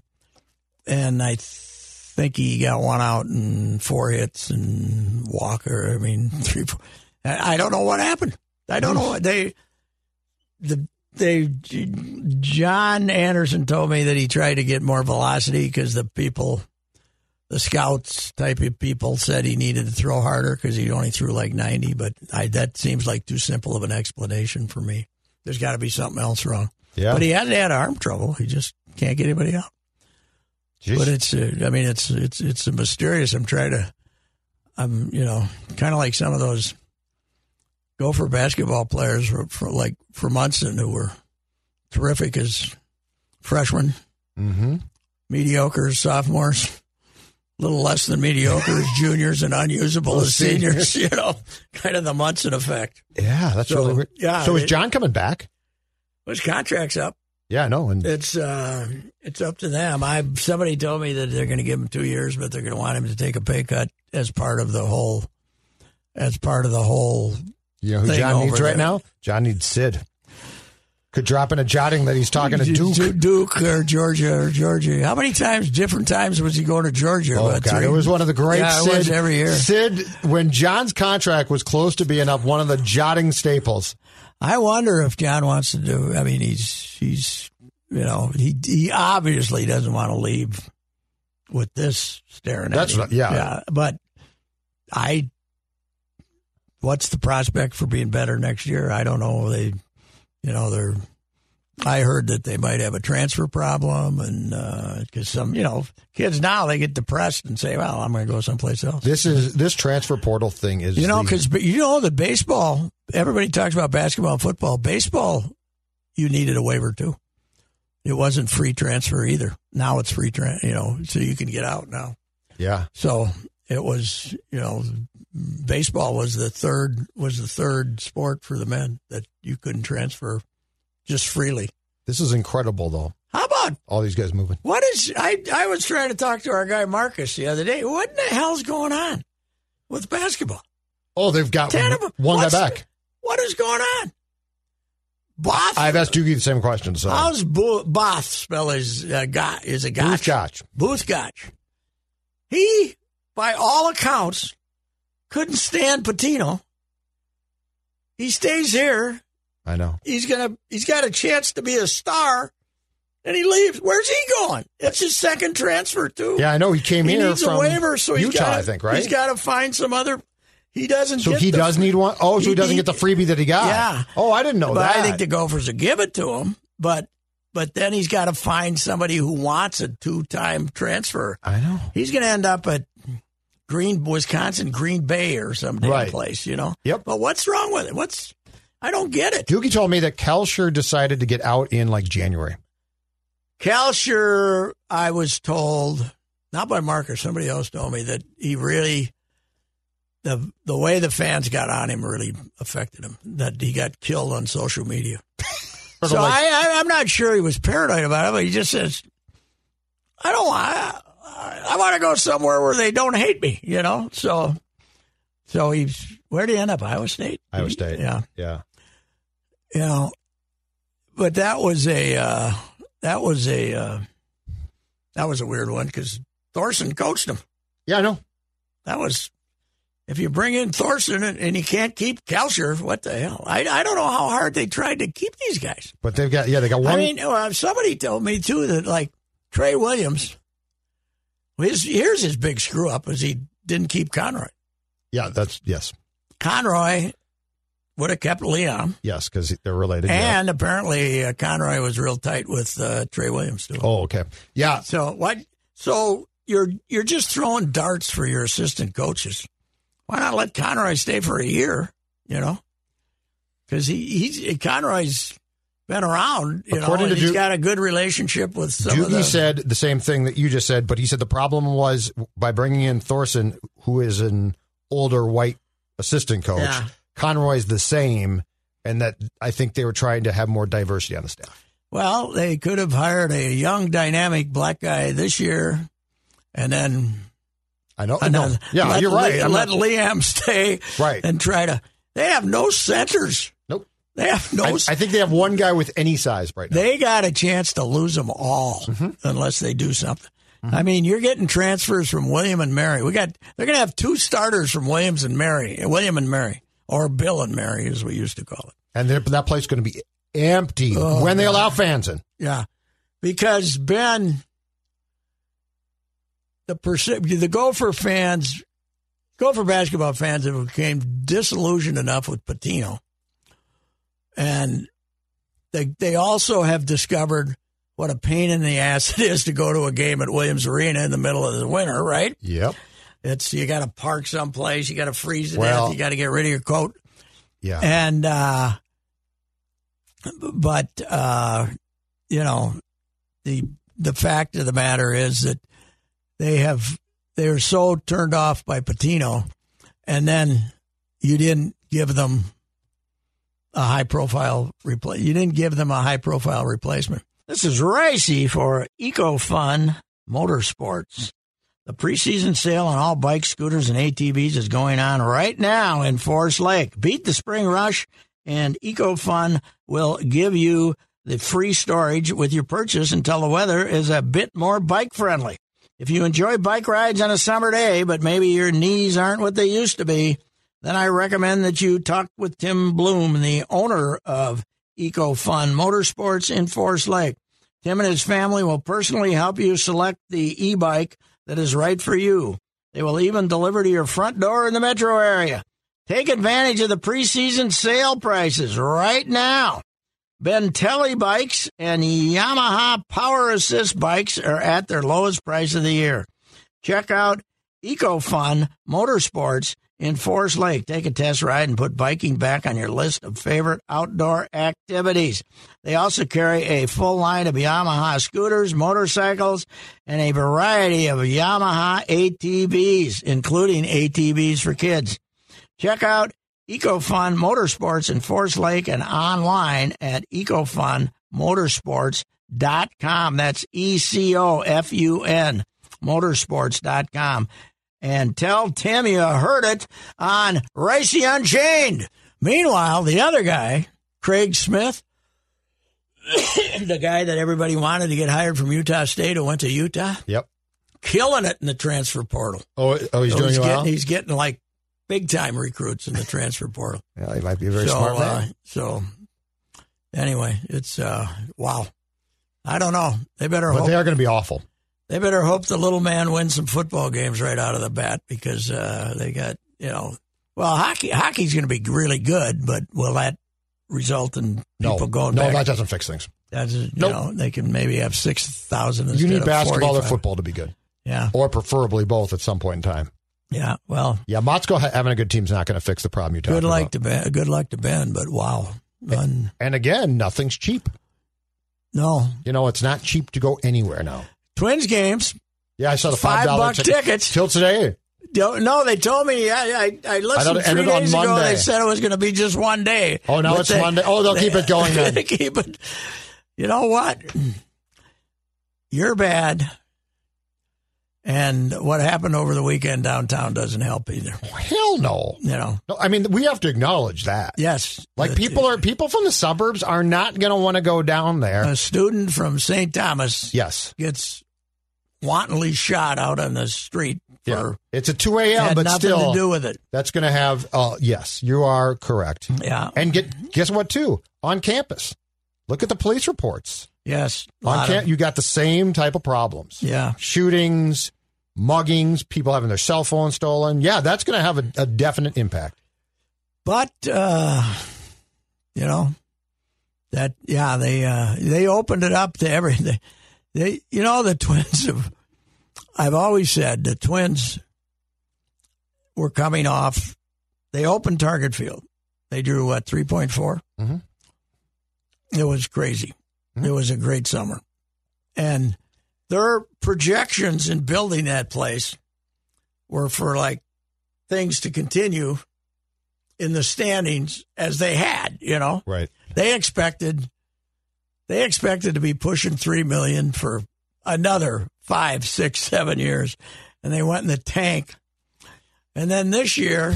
and I think he got one out and four hits and Walker. I mean, three. Four, I I don't know what happened. I don't know. They the they John Anderson told me that he tried to get more velocity because the people. The scouts type of people said he needed to throw harder because he only threw like 90, but I, that seems like too simple of an explanation for me. There's got to be something else wrong.
Yeah.
But he hasn't had arm trouble. He just can't get anybody out.
Jeez.
But it's, uh, I mean, it's it's it's a mysterious. I'm trying to, I'm you know, kind of like some of those Gopher basketball players for, for like for Munson who were terrific as freshmen,
Mhm.
mediocre as sophomores, a little less than mediocre as juniors, and unusable as seniors. You know, kind of the Munson effect.
Yeah, that's
So,
really weird.
yeah,
So is
it-
John coming back?
His contract's up.
Yeah, I know. And
It's uh, it's up to them. I somebody told me that they're going to give him two years, but they're going to want him to take a pay cut as part of the whole, as part of the whole.
you know who
thing
John
over
needs right
there.
now? John needs Sid. Could drop in a jotting that he's talking to Duke.
Duke or Georgia or Georgia. How many times, different times, was he going to Georgia?
Oh
About
God!
three?
It was one of the great.
Yeah, it
Sid,
was every year.
Sid, when John's contract was close to being up, one of the jotting staples.
I wonder if John wants to do. I mean, he's he's you know he he obviously doesn't want to leave with this staring
That's
at him.
what- yeah.
but I, what's the prospect for being better next year? I don't know. They, you know, they're. I heard that they might have a transfer problem, and because some you know kids now they get depressed and say, "Well, I'm going to go someplace else."
This is this transfer portal thing is
You know,
the-
because you know that baseball. Everybody talks about basketball and football. Baseball, you needed a waiver too. It wasn't free transfer either. Now it's free tran You know, so you can get out now.
yeah,
So it was. You know, baseball was the third was the third sport for the men that you couldn't transfer just freely.
this is incredible though.
How about
All these guys moving.
what is? I I was trying to talk to our guy Marcus the other day. What in the hell's going on with basketball?
Oh, they've got
Ten of 'em.
one guy
What's-
back.
What is going on? Boff.
I've asked Doogie the same question. So
How's Bo- Boff spell his uh, guy? Is a
Booth
gotch.
Gotch.
Booth Gotch. He, by all accounts, couldn't stand Patino. He stays here.
I know.
He's gonna. He's got a chance to be a star, and he leaves. Where's he going? It's his second transfer too.
Yeah, I know. He came
he
here
needs
from
a waiver, so he's
Utah,
gotta,
I think, right?
He's got to find some other. He doesn't.
so
get
he
the-
does need one. Oh, so he,
He-
doesn't
he-
get the freebie that he got.
Yeah.
Oh, I didn't know
but
that.
I think the Gophers will give it to him, but but then he's got to find somebody who wants a two-time transfer.
I know.
He's going to end up at Green, Wisconsin, Green Bay, or some damn
Right.
place, you know.
Yep.
But what's wrong with it? What's I don't get it.
Doogie told me that Kelscher decided to get out in like January.
Kalsher, I was told, not by Marcus, somebody else told me that he really the the way the fans got on him really affected him. That he got killed on social media.
Sort of
so
like-
I, I I'm not sure he was paranoid about it, but he just says, I don't want. I, I want to go somewhere where they don't hate me, you know. So, so he's where did he end up? Iowa State.
Iowa State.
Yeah
Yeah.
you know but that was a uh, that was a uh, that was a weird one because thorson coached him
Yeah, I know.
that was If you bring in Thorson and, and you can't keep Kalsher, what the hell? I, I don't know how hard they tried to keep these guys.
But they've got yeah, they got one.
I mean, uh, somebody told me too that like Trey Williams, his here's his big screw up is he didn't keep Conroy.
yeah, that's yes,
Conroy would have kept Leon,
yes, because they're related. yeah.
and apparently uh, Conroy was real tight with uh, Trey Williams too.
oh, okay, yeah,
So what? So you're you're just throwing darts for your assistant coaches. Why not let Conroy stay for a year? You know, because he he's Conroy's been around. You know,
According
and
to
he's
Duke-
got a good relationship with some of
Doogie
the,
said the same thing that you just said, but he said the problem was by bringing in Thorson, who is an older white assistant coach.
Yeah.
Conroy's the same, and that I think they were trying to have more diversity on the staff.
Well, they could have hired a young, dynamic black guy this year, and then
I know.
and
Oh, no,
then
yeah,
let
you're right.
Le-
I'm
let
not-
Liam stay,
Right.
and try to. They have no centers.
nope.
They have no.
I,
centers.
I think they have one guy with any size right now. Mm-hmm.
They got a chance to lose them all unless they do something. I mean, you're getting transfers from William and Mary. We got they're going to have two starters from Williams and Mary, William and Mary, or Bill and Mary, as we used to call it.
and they're- that place is going to be empty
Oh,
when they allow fans in.
Yeah, because Ben, the perci- the Gopher fans, Gopher basketball fans have became disillusioned enough with Patino, and they they also have discovered what a pain in the ass it is to go to a game at Williams Arena in the middle of the winter. Right?
Yep.
It's you got to park someplace, you got to freeze to
Well-
death, you got to get rid of your coat
Yeah.
and uh but uh you know the the fact of the matter is that they have they are so turned off by Patino and then you didn't give them a high profile repla you didn't give them a high profile replacement this is Ricey for EcoFun Motorsports the preseason sale on all bikes, scooters, and ATVs is going on right now in Forest Lake. Beat the spring rush, and EcoFun will give you the free storage with your purchase until the weather is a bit more bike friendly. If you enjoy bike rides on a summer day, but maybe your knees aren't what they used to be, then I recommend that you talk with Tim Bloom, the owner of EcoFun Motorsports in Forest Lake. Tim and his family will personally help you select the e bike that is right for you. They will even deliver to your front door in the metro area. Take advantage of the preseason sale prices right now. Bentelli bikes and Yamaha Power Assist bikes are at their lowest price of the year. Check out EcoFun Motorsports in Forest Lake. Take a test ride and put biking back on your list of favorite outdoor activities. They also carry a full line of Yamaha scooters, motorcycles, and a variety of Yamaha ATVs, including ATVs for kids. Check out EcoFun Motorsports in Forest Lake and online at EcoFunMotorsports.com. That's E C O F U N Motorsports.com. And tell Tim you heard it on Ricey Unchained. Meanwhile, the other guy, Craig Smith, the guy that everybody wanted to get hired from Utah State who went to Utah,
Yep.
killing it in the transfer portal.
Oh, oh, he's
So
doing
he's,
well.
getting, he's getting like big time recruits in the transfer portal.
yeah, he might be a very
so,
smart man.
uh, so anyway, it's uh, wow. I don't know. They better
but
hope
they
they,
are going to be awful.
better hope the little man wins some football games right out of the bat because uh, they got you know well hockey hockey's going to be really good, but will that result in
No,
people going
no,
back?
that doesn't fix things.
That's you
Nope.
know they can maybe have six thousand.
You need basketball or football to be good,
Yeah,
or preferably both at some point in time.
yeah. Well,
Yeah, Motzko ha- having a good team's not going to fix the problem you talked
good
about.
luck to Ben. Good luck to Ben. But wow, Un-
and again, nothing's cheap.
no
You know, it's not cheap to go anywhere now.
Twins games.
Yeah, I saw the
Five
five dollar
buck tickets.
till today.
Don't, no, they told me. I I, I listened
it
three
ended on
days ago.
Monday.
They said it was going to be just one day.
Oh, now
But
it's
they-
Monday. Oh, they'll keep it going then.
they keep it. You know what? You're bad. And what happened over the weekend downtown doesn't help either.
Hell no.
You know.
No, I mean we have to acknowledge that.
Yes.
Like
The-
people are people from the suburbs are
Uh,
not going to want to go down there.
A student from St. Thomas
Yes,
gets wantonly shot out on the street for
Yeah. It's at 2 a.m.,
had
but
nothing
still,
to do with it.
that's going to have, uh, yes, you are correct.
Yeah.
And get guess what, too? On campus, look at the police reports.
Yes. a
On
lot of-
camp, you got the same type of problems.
yeah.
Shootings, muggings, people having their cell phones stolen. Yeah, that's going to have a, a definite impact.
But uh, you know that yeah they uh, they opened it up to everything. They you know the twins have. I've always said the twins were coming off. They opened Target Field. They drew what three point four.
Mhm.
It was crazy. It was a great summer, and their projections in building that place were for like things to continue in the standings as they had, you know.
Right.
They expected they expected to be pushing three million for another five, six, seven years, and they went in the tank. And then this year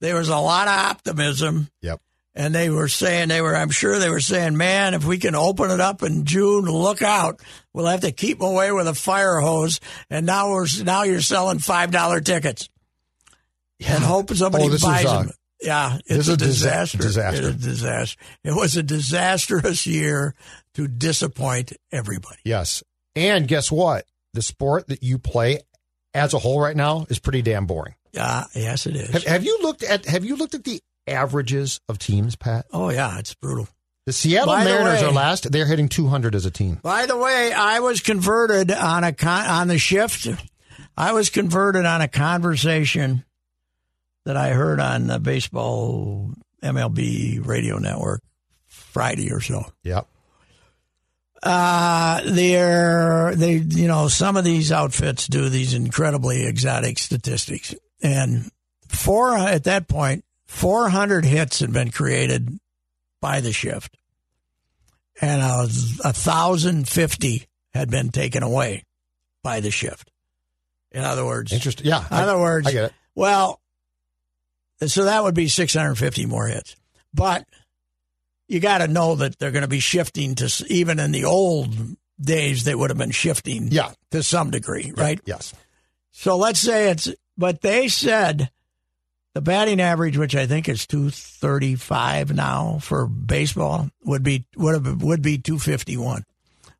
there was a lot of optimism
Yep.
and they were saying they were I'm sure they were saying, Man, if we can open it up in June, look out. We'll have to keep 'em away with a fire hose and now we're now you're selling five dollar tickets. And hope somebody
Oh, this is,
buys
uh,
them. Yeah, it's
This is
a
a disa-
disaster.
disaster.
It is a disaster. It was a disastrous year to disappoint everybody.
Yes. And guess what? The sport that you play as a whole right now is pretty damn boring.
Yeah, yes, it is.
Have, have you looked at Have you looked at the averages of teams, Pat?
oh, yeah, it's brutal.
The Seattle
By the
Mariners
way-
are last. They're hitting 200 as a team.
By the way, I was converted on a con- on the shift. I was converted on a conversation that I heard on the baseball MLB radio network Friday or so.
Yep.
Uh, they're they you know some of these outfits do these incredibly exotic statistics, and four at that point, four hundred hits had been created by the shift, and a thousand fifty had been taken away by the shift. In other words,
Interesting. Yeah.
in other words,
I get it.
well, so that would be 650 more hits. But you got to know that they're going to be shifting to s- even in the old days they would have been shifting
Yeah.
to some degree, right?
Yes.
So let's say it's but they said the batting average which I think is 235 now for baseball would be would have, would be 251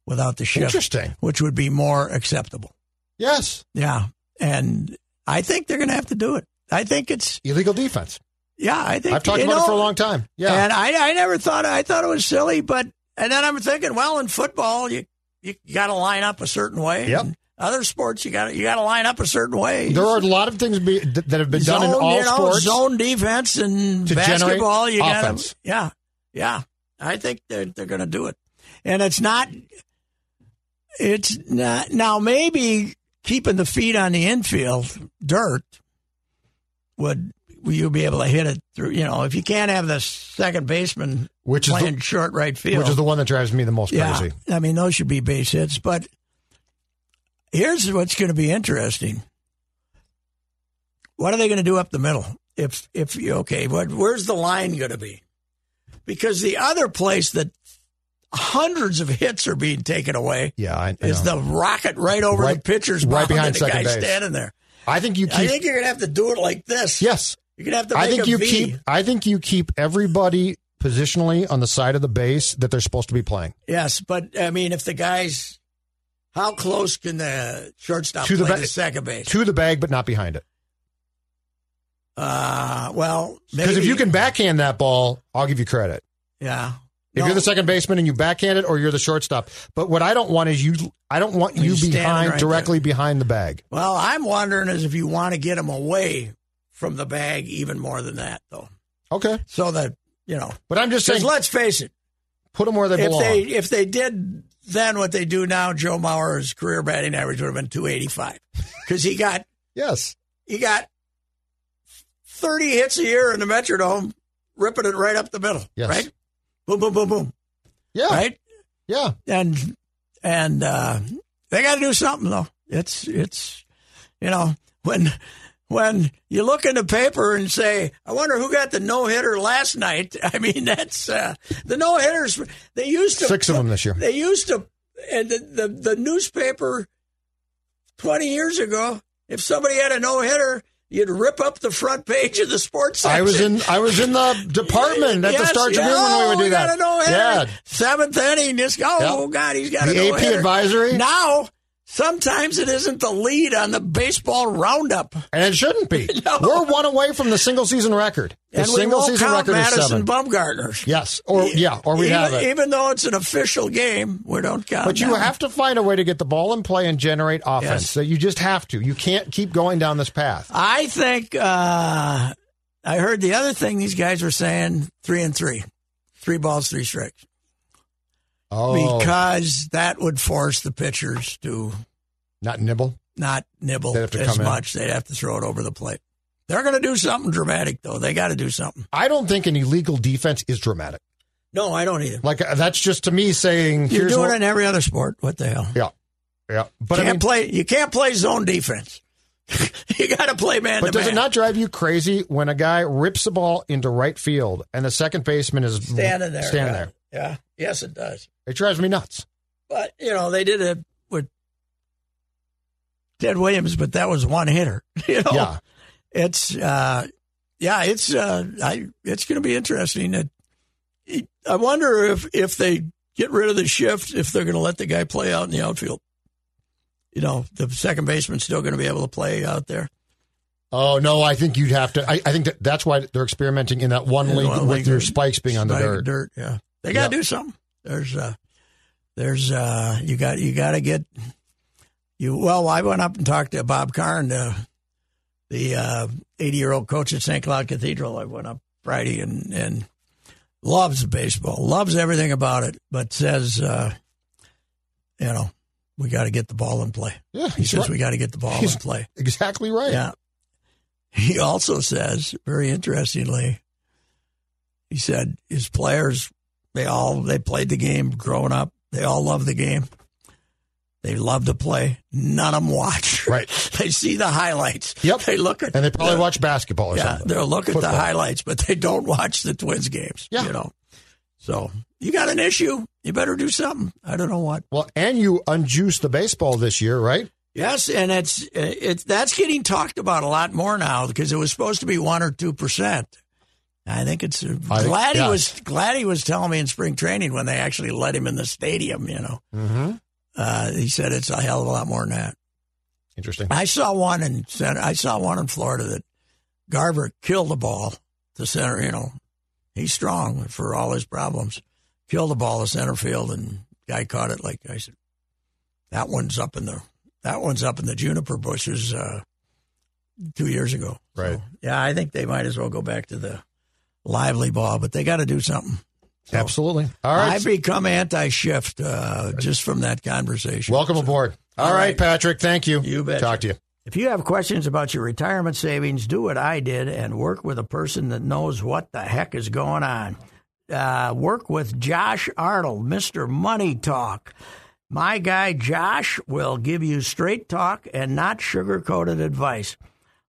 without the shift,
Interesting.
which would be more acceptable.
Yes.
Yeah. And I think they're going to have to do it. I think it's,
Illegal defense.
yeah, I think
I've talked
you
about it
know,
for a long time. Yeah.
And I, I never thought, I thought it was silly, but, and then I'm thinking, well, in football, you, you got to line up a certain way.
Yep.
And Other sports, you got you got to line up a certain way.
there are a lot of things be, th- that have been done in
Zone,
all
you know,
sports.
Zone defense and
to generate
basketball, you got
offense.
to, yeah, yeah. I think they're they're going to do it, and it's not, it's not now. Maybe keeping the feet on the infield dirt would will you be able to hit it through? You know, if you can't have the second baseman
Which is the-
playing short right field,
Which is the one that drives me the most
yeah,
crazy.
I mean, those should be base hits. But here's what's going to be interesting. What are they going to do up the middle? If if you okay, what where's the line going to be? Because the other place that hundreds of hits are being taken away
Yeah, I, I
is
know.
the rocket right over the
Right-
pitcher's
right
mound
behind
and the
second
guy
base.
standing there.
I think you
I
keep.
think you're going to have to do it like this.
yes,
you're going to have to. Make
I think
a
you
V.
keep. I think you keep everybody positionally on the side of the base that they're supposed to be playing.
Yes, but I mean, if the guys, how close can the shortstop
To the
play
ba-
to second base?
to the bag, but not behind it.
Uh, well,
Because if
maybe.
you can backhand that ball, I'll give you credit.
yeah.
If
No,
you're the second baseman and you backhand it, or you're the shortstop. But what I don't want is you. I don't want
When
you
you're standing
behind
right
directly behind the bag.
well, I'm wondering is if you want to get them away from the bag even more than that, though,
Okay,
so that you know.
but I'm just
Because
saying,
let's face it,
put them where they
if
belong.
they if they did then what they do now, Joe Mauer's career batting average would have been 285 because he got
yes,
he got 30 hits a year in the Metrodome, ripping it right up the middle,
Yes.
right? Boom, boom, boom, boom,
yeah,
right?
yeah.
and and uh, they got to do something though. It's it's you know when when you look in the paper and say, I wonder who got the no hitter last night. I mean that's uh, the no hitters. They used to
Six of them this year.
They used to and the the, the newspaper 20 years ago, if somebody had a no hitter, you'd rip up the front page of the sports section.
I was in I was in the department at the
Yes,
start of the
yeah.
year when
Oh,
we would do
we Got
that.
a no-hitter.
Yeah.
Seventh inning, just go, oh, God, he's got
The
a no
AP advisory?
Now, sometimes it isn't the lead on the baseball roundup.
And it shouldn't be.
No.
We're one away from the single season record. The
and
single
we won't
season
count
record is
Madison
seven.
Bumgarner.
yes. Or yeah, or we
even,
have it.
Even though it's an official game, we don't count.
But you
that.
have to find a way to get the ball in play and generate offense.
Yes.
So you just have to. You can't keep going down this path.
I think uh, I heard the other thing these guys were saying: three and three, three balls, three strikes,
Oh,
because that would force the pitchers to
not nibble.
not nibble
They'd have to
as
come in.
much. They'd have to throw it over the plate. They're going to do something dramatic, though. They got to do something.
I don't think an illegal defense is dramatic.
No, I don't either.
Like uh, that's just to me saying
You're
here's
doing
what,
it in every other sport. What the hell?
Yeah, yeah. But
But
I
can't
mean,
play. You can't play zone defense. you got to play man
but
to
does
man.
it not drive you crazy when a guy rips the ball into right field and the second baseman is
standing there?
Standing
yeah.
there.
Yeah. Yes, it does.
It drives me nuts.
But you know, they did it with Ted Williams, but that was one hitter. You know,
Yeah.
it's uh, yeah, it's uh, I, it's going to be interesting. It, it- I wonder if if they get rid of the shift, if they're going to let the guy play out in the outfield. You know, the second baseman's still going to be able to play out there.
Oh no, I think you'd have to. I, I think that that's why they're experimenting in that one
You know,
league
I
with
think
your
they're-
spikes being on the
spike
dirt.
Yeah, they got to
Yeah.
do something. There's uh, there's uh, you got you got to get you. Well, I went up and talked to Bob Carn, uh, the eighty year old coach at St. Cloud Cathedral. I went up Friday and and loves baseball, loves everything about it, but says uh, you know we got to get the ball in play.
Yeah,
He
he's
says
right.
we got to get the ball in
He's-
play.
Exactly right.
Yeah. He also says, very interestingly, he said his players, they all they played the game growing up. They all love the game. They love to play. None of them watch.
Right.
they see the highlights.
Yep.
They look at
And they probably
the-
watch basketball or
Yeah,
something.
they'll look at
Football.
the highlights, but they don't watch the Twins games.
Yeah.
You know. So you got an issue. You better do something. I don't know what.
Well, and you unjuice the baseball this year, right?
Yes, and it's it's that's getting talked about a lot more now because it was supposed to be one or two percent. I think it's
I-
glad
yeah.
he was glad he was telling me in spring training when they actually let him in the stadium. You know,
Mm-hmm.
uh, he said it's a hell of a lot more than that.
Interesting.
I saw one in center. I saw one in Florida that Garver killed the ball to center. You know, he's strong for all his problems. Killed the ball to center field, and guy caught it. Like I said, that one's up in the that one's up in the juniper bushes uh, two years ago.
Right.
So, yeah, I think they might as well go back to the lively ball, but they got to do something. So,
Absolutely. All right.
I've become anti-shift uh, just from that conversation.
Welcome aboard. All
All
right,
right.
Patrick. Thank you.
You betcha.
Talk to you.
If you have questions about your retirement savings, do what I did and work with a person that knows what the heck is going on. Uh, work with Josh Arnold, Mr. Money Talk. My guy Josh will give you straight talk and not sugar coated advice.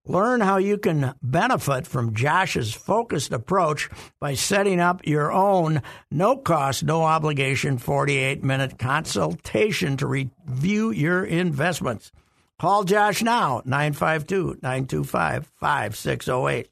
Learn how you can benefit from Josh's focused approach by setting up your own no cost, no obligation 48 minute consultation to review your investments. Call Josh now, 952 925 5608.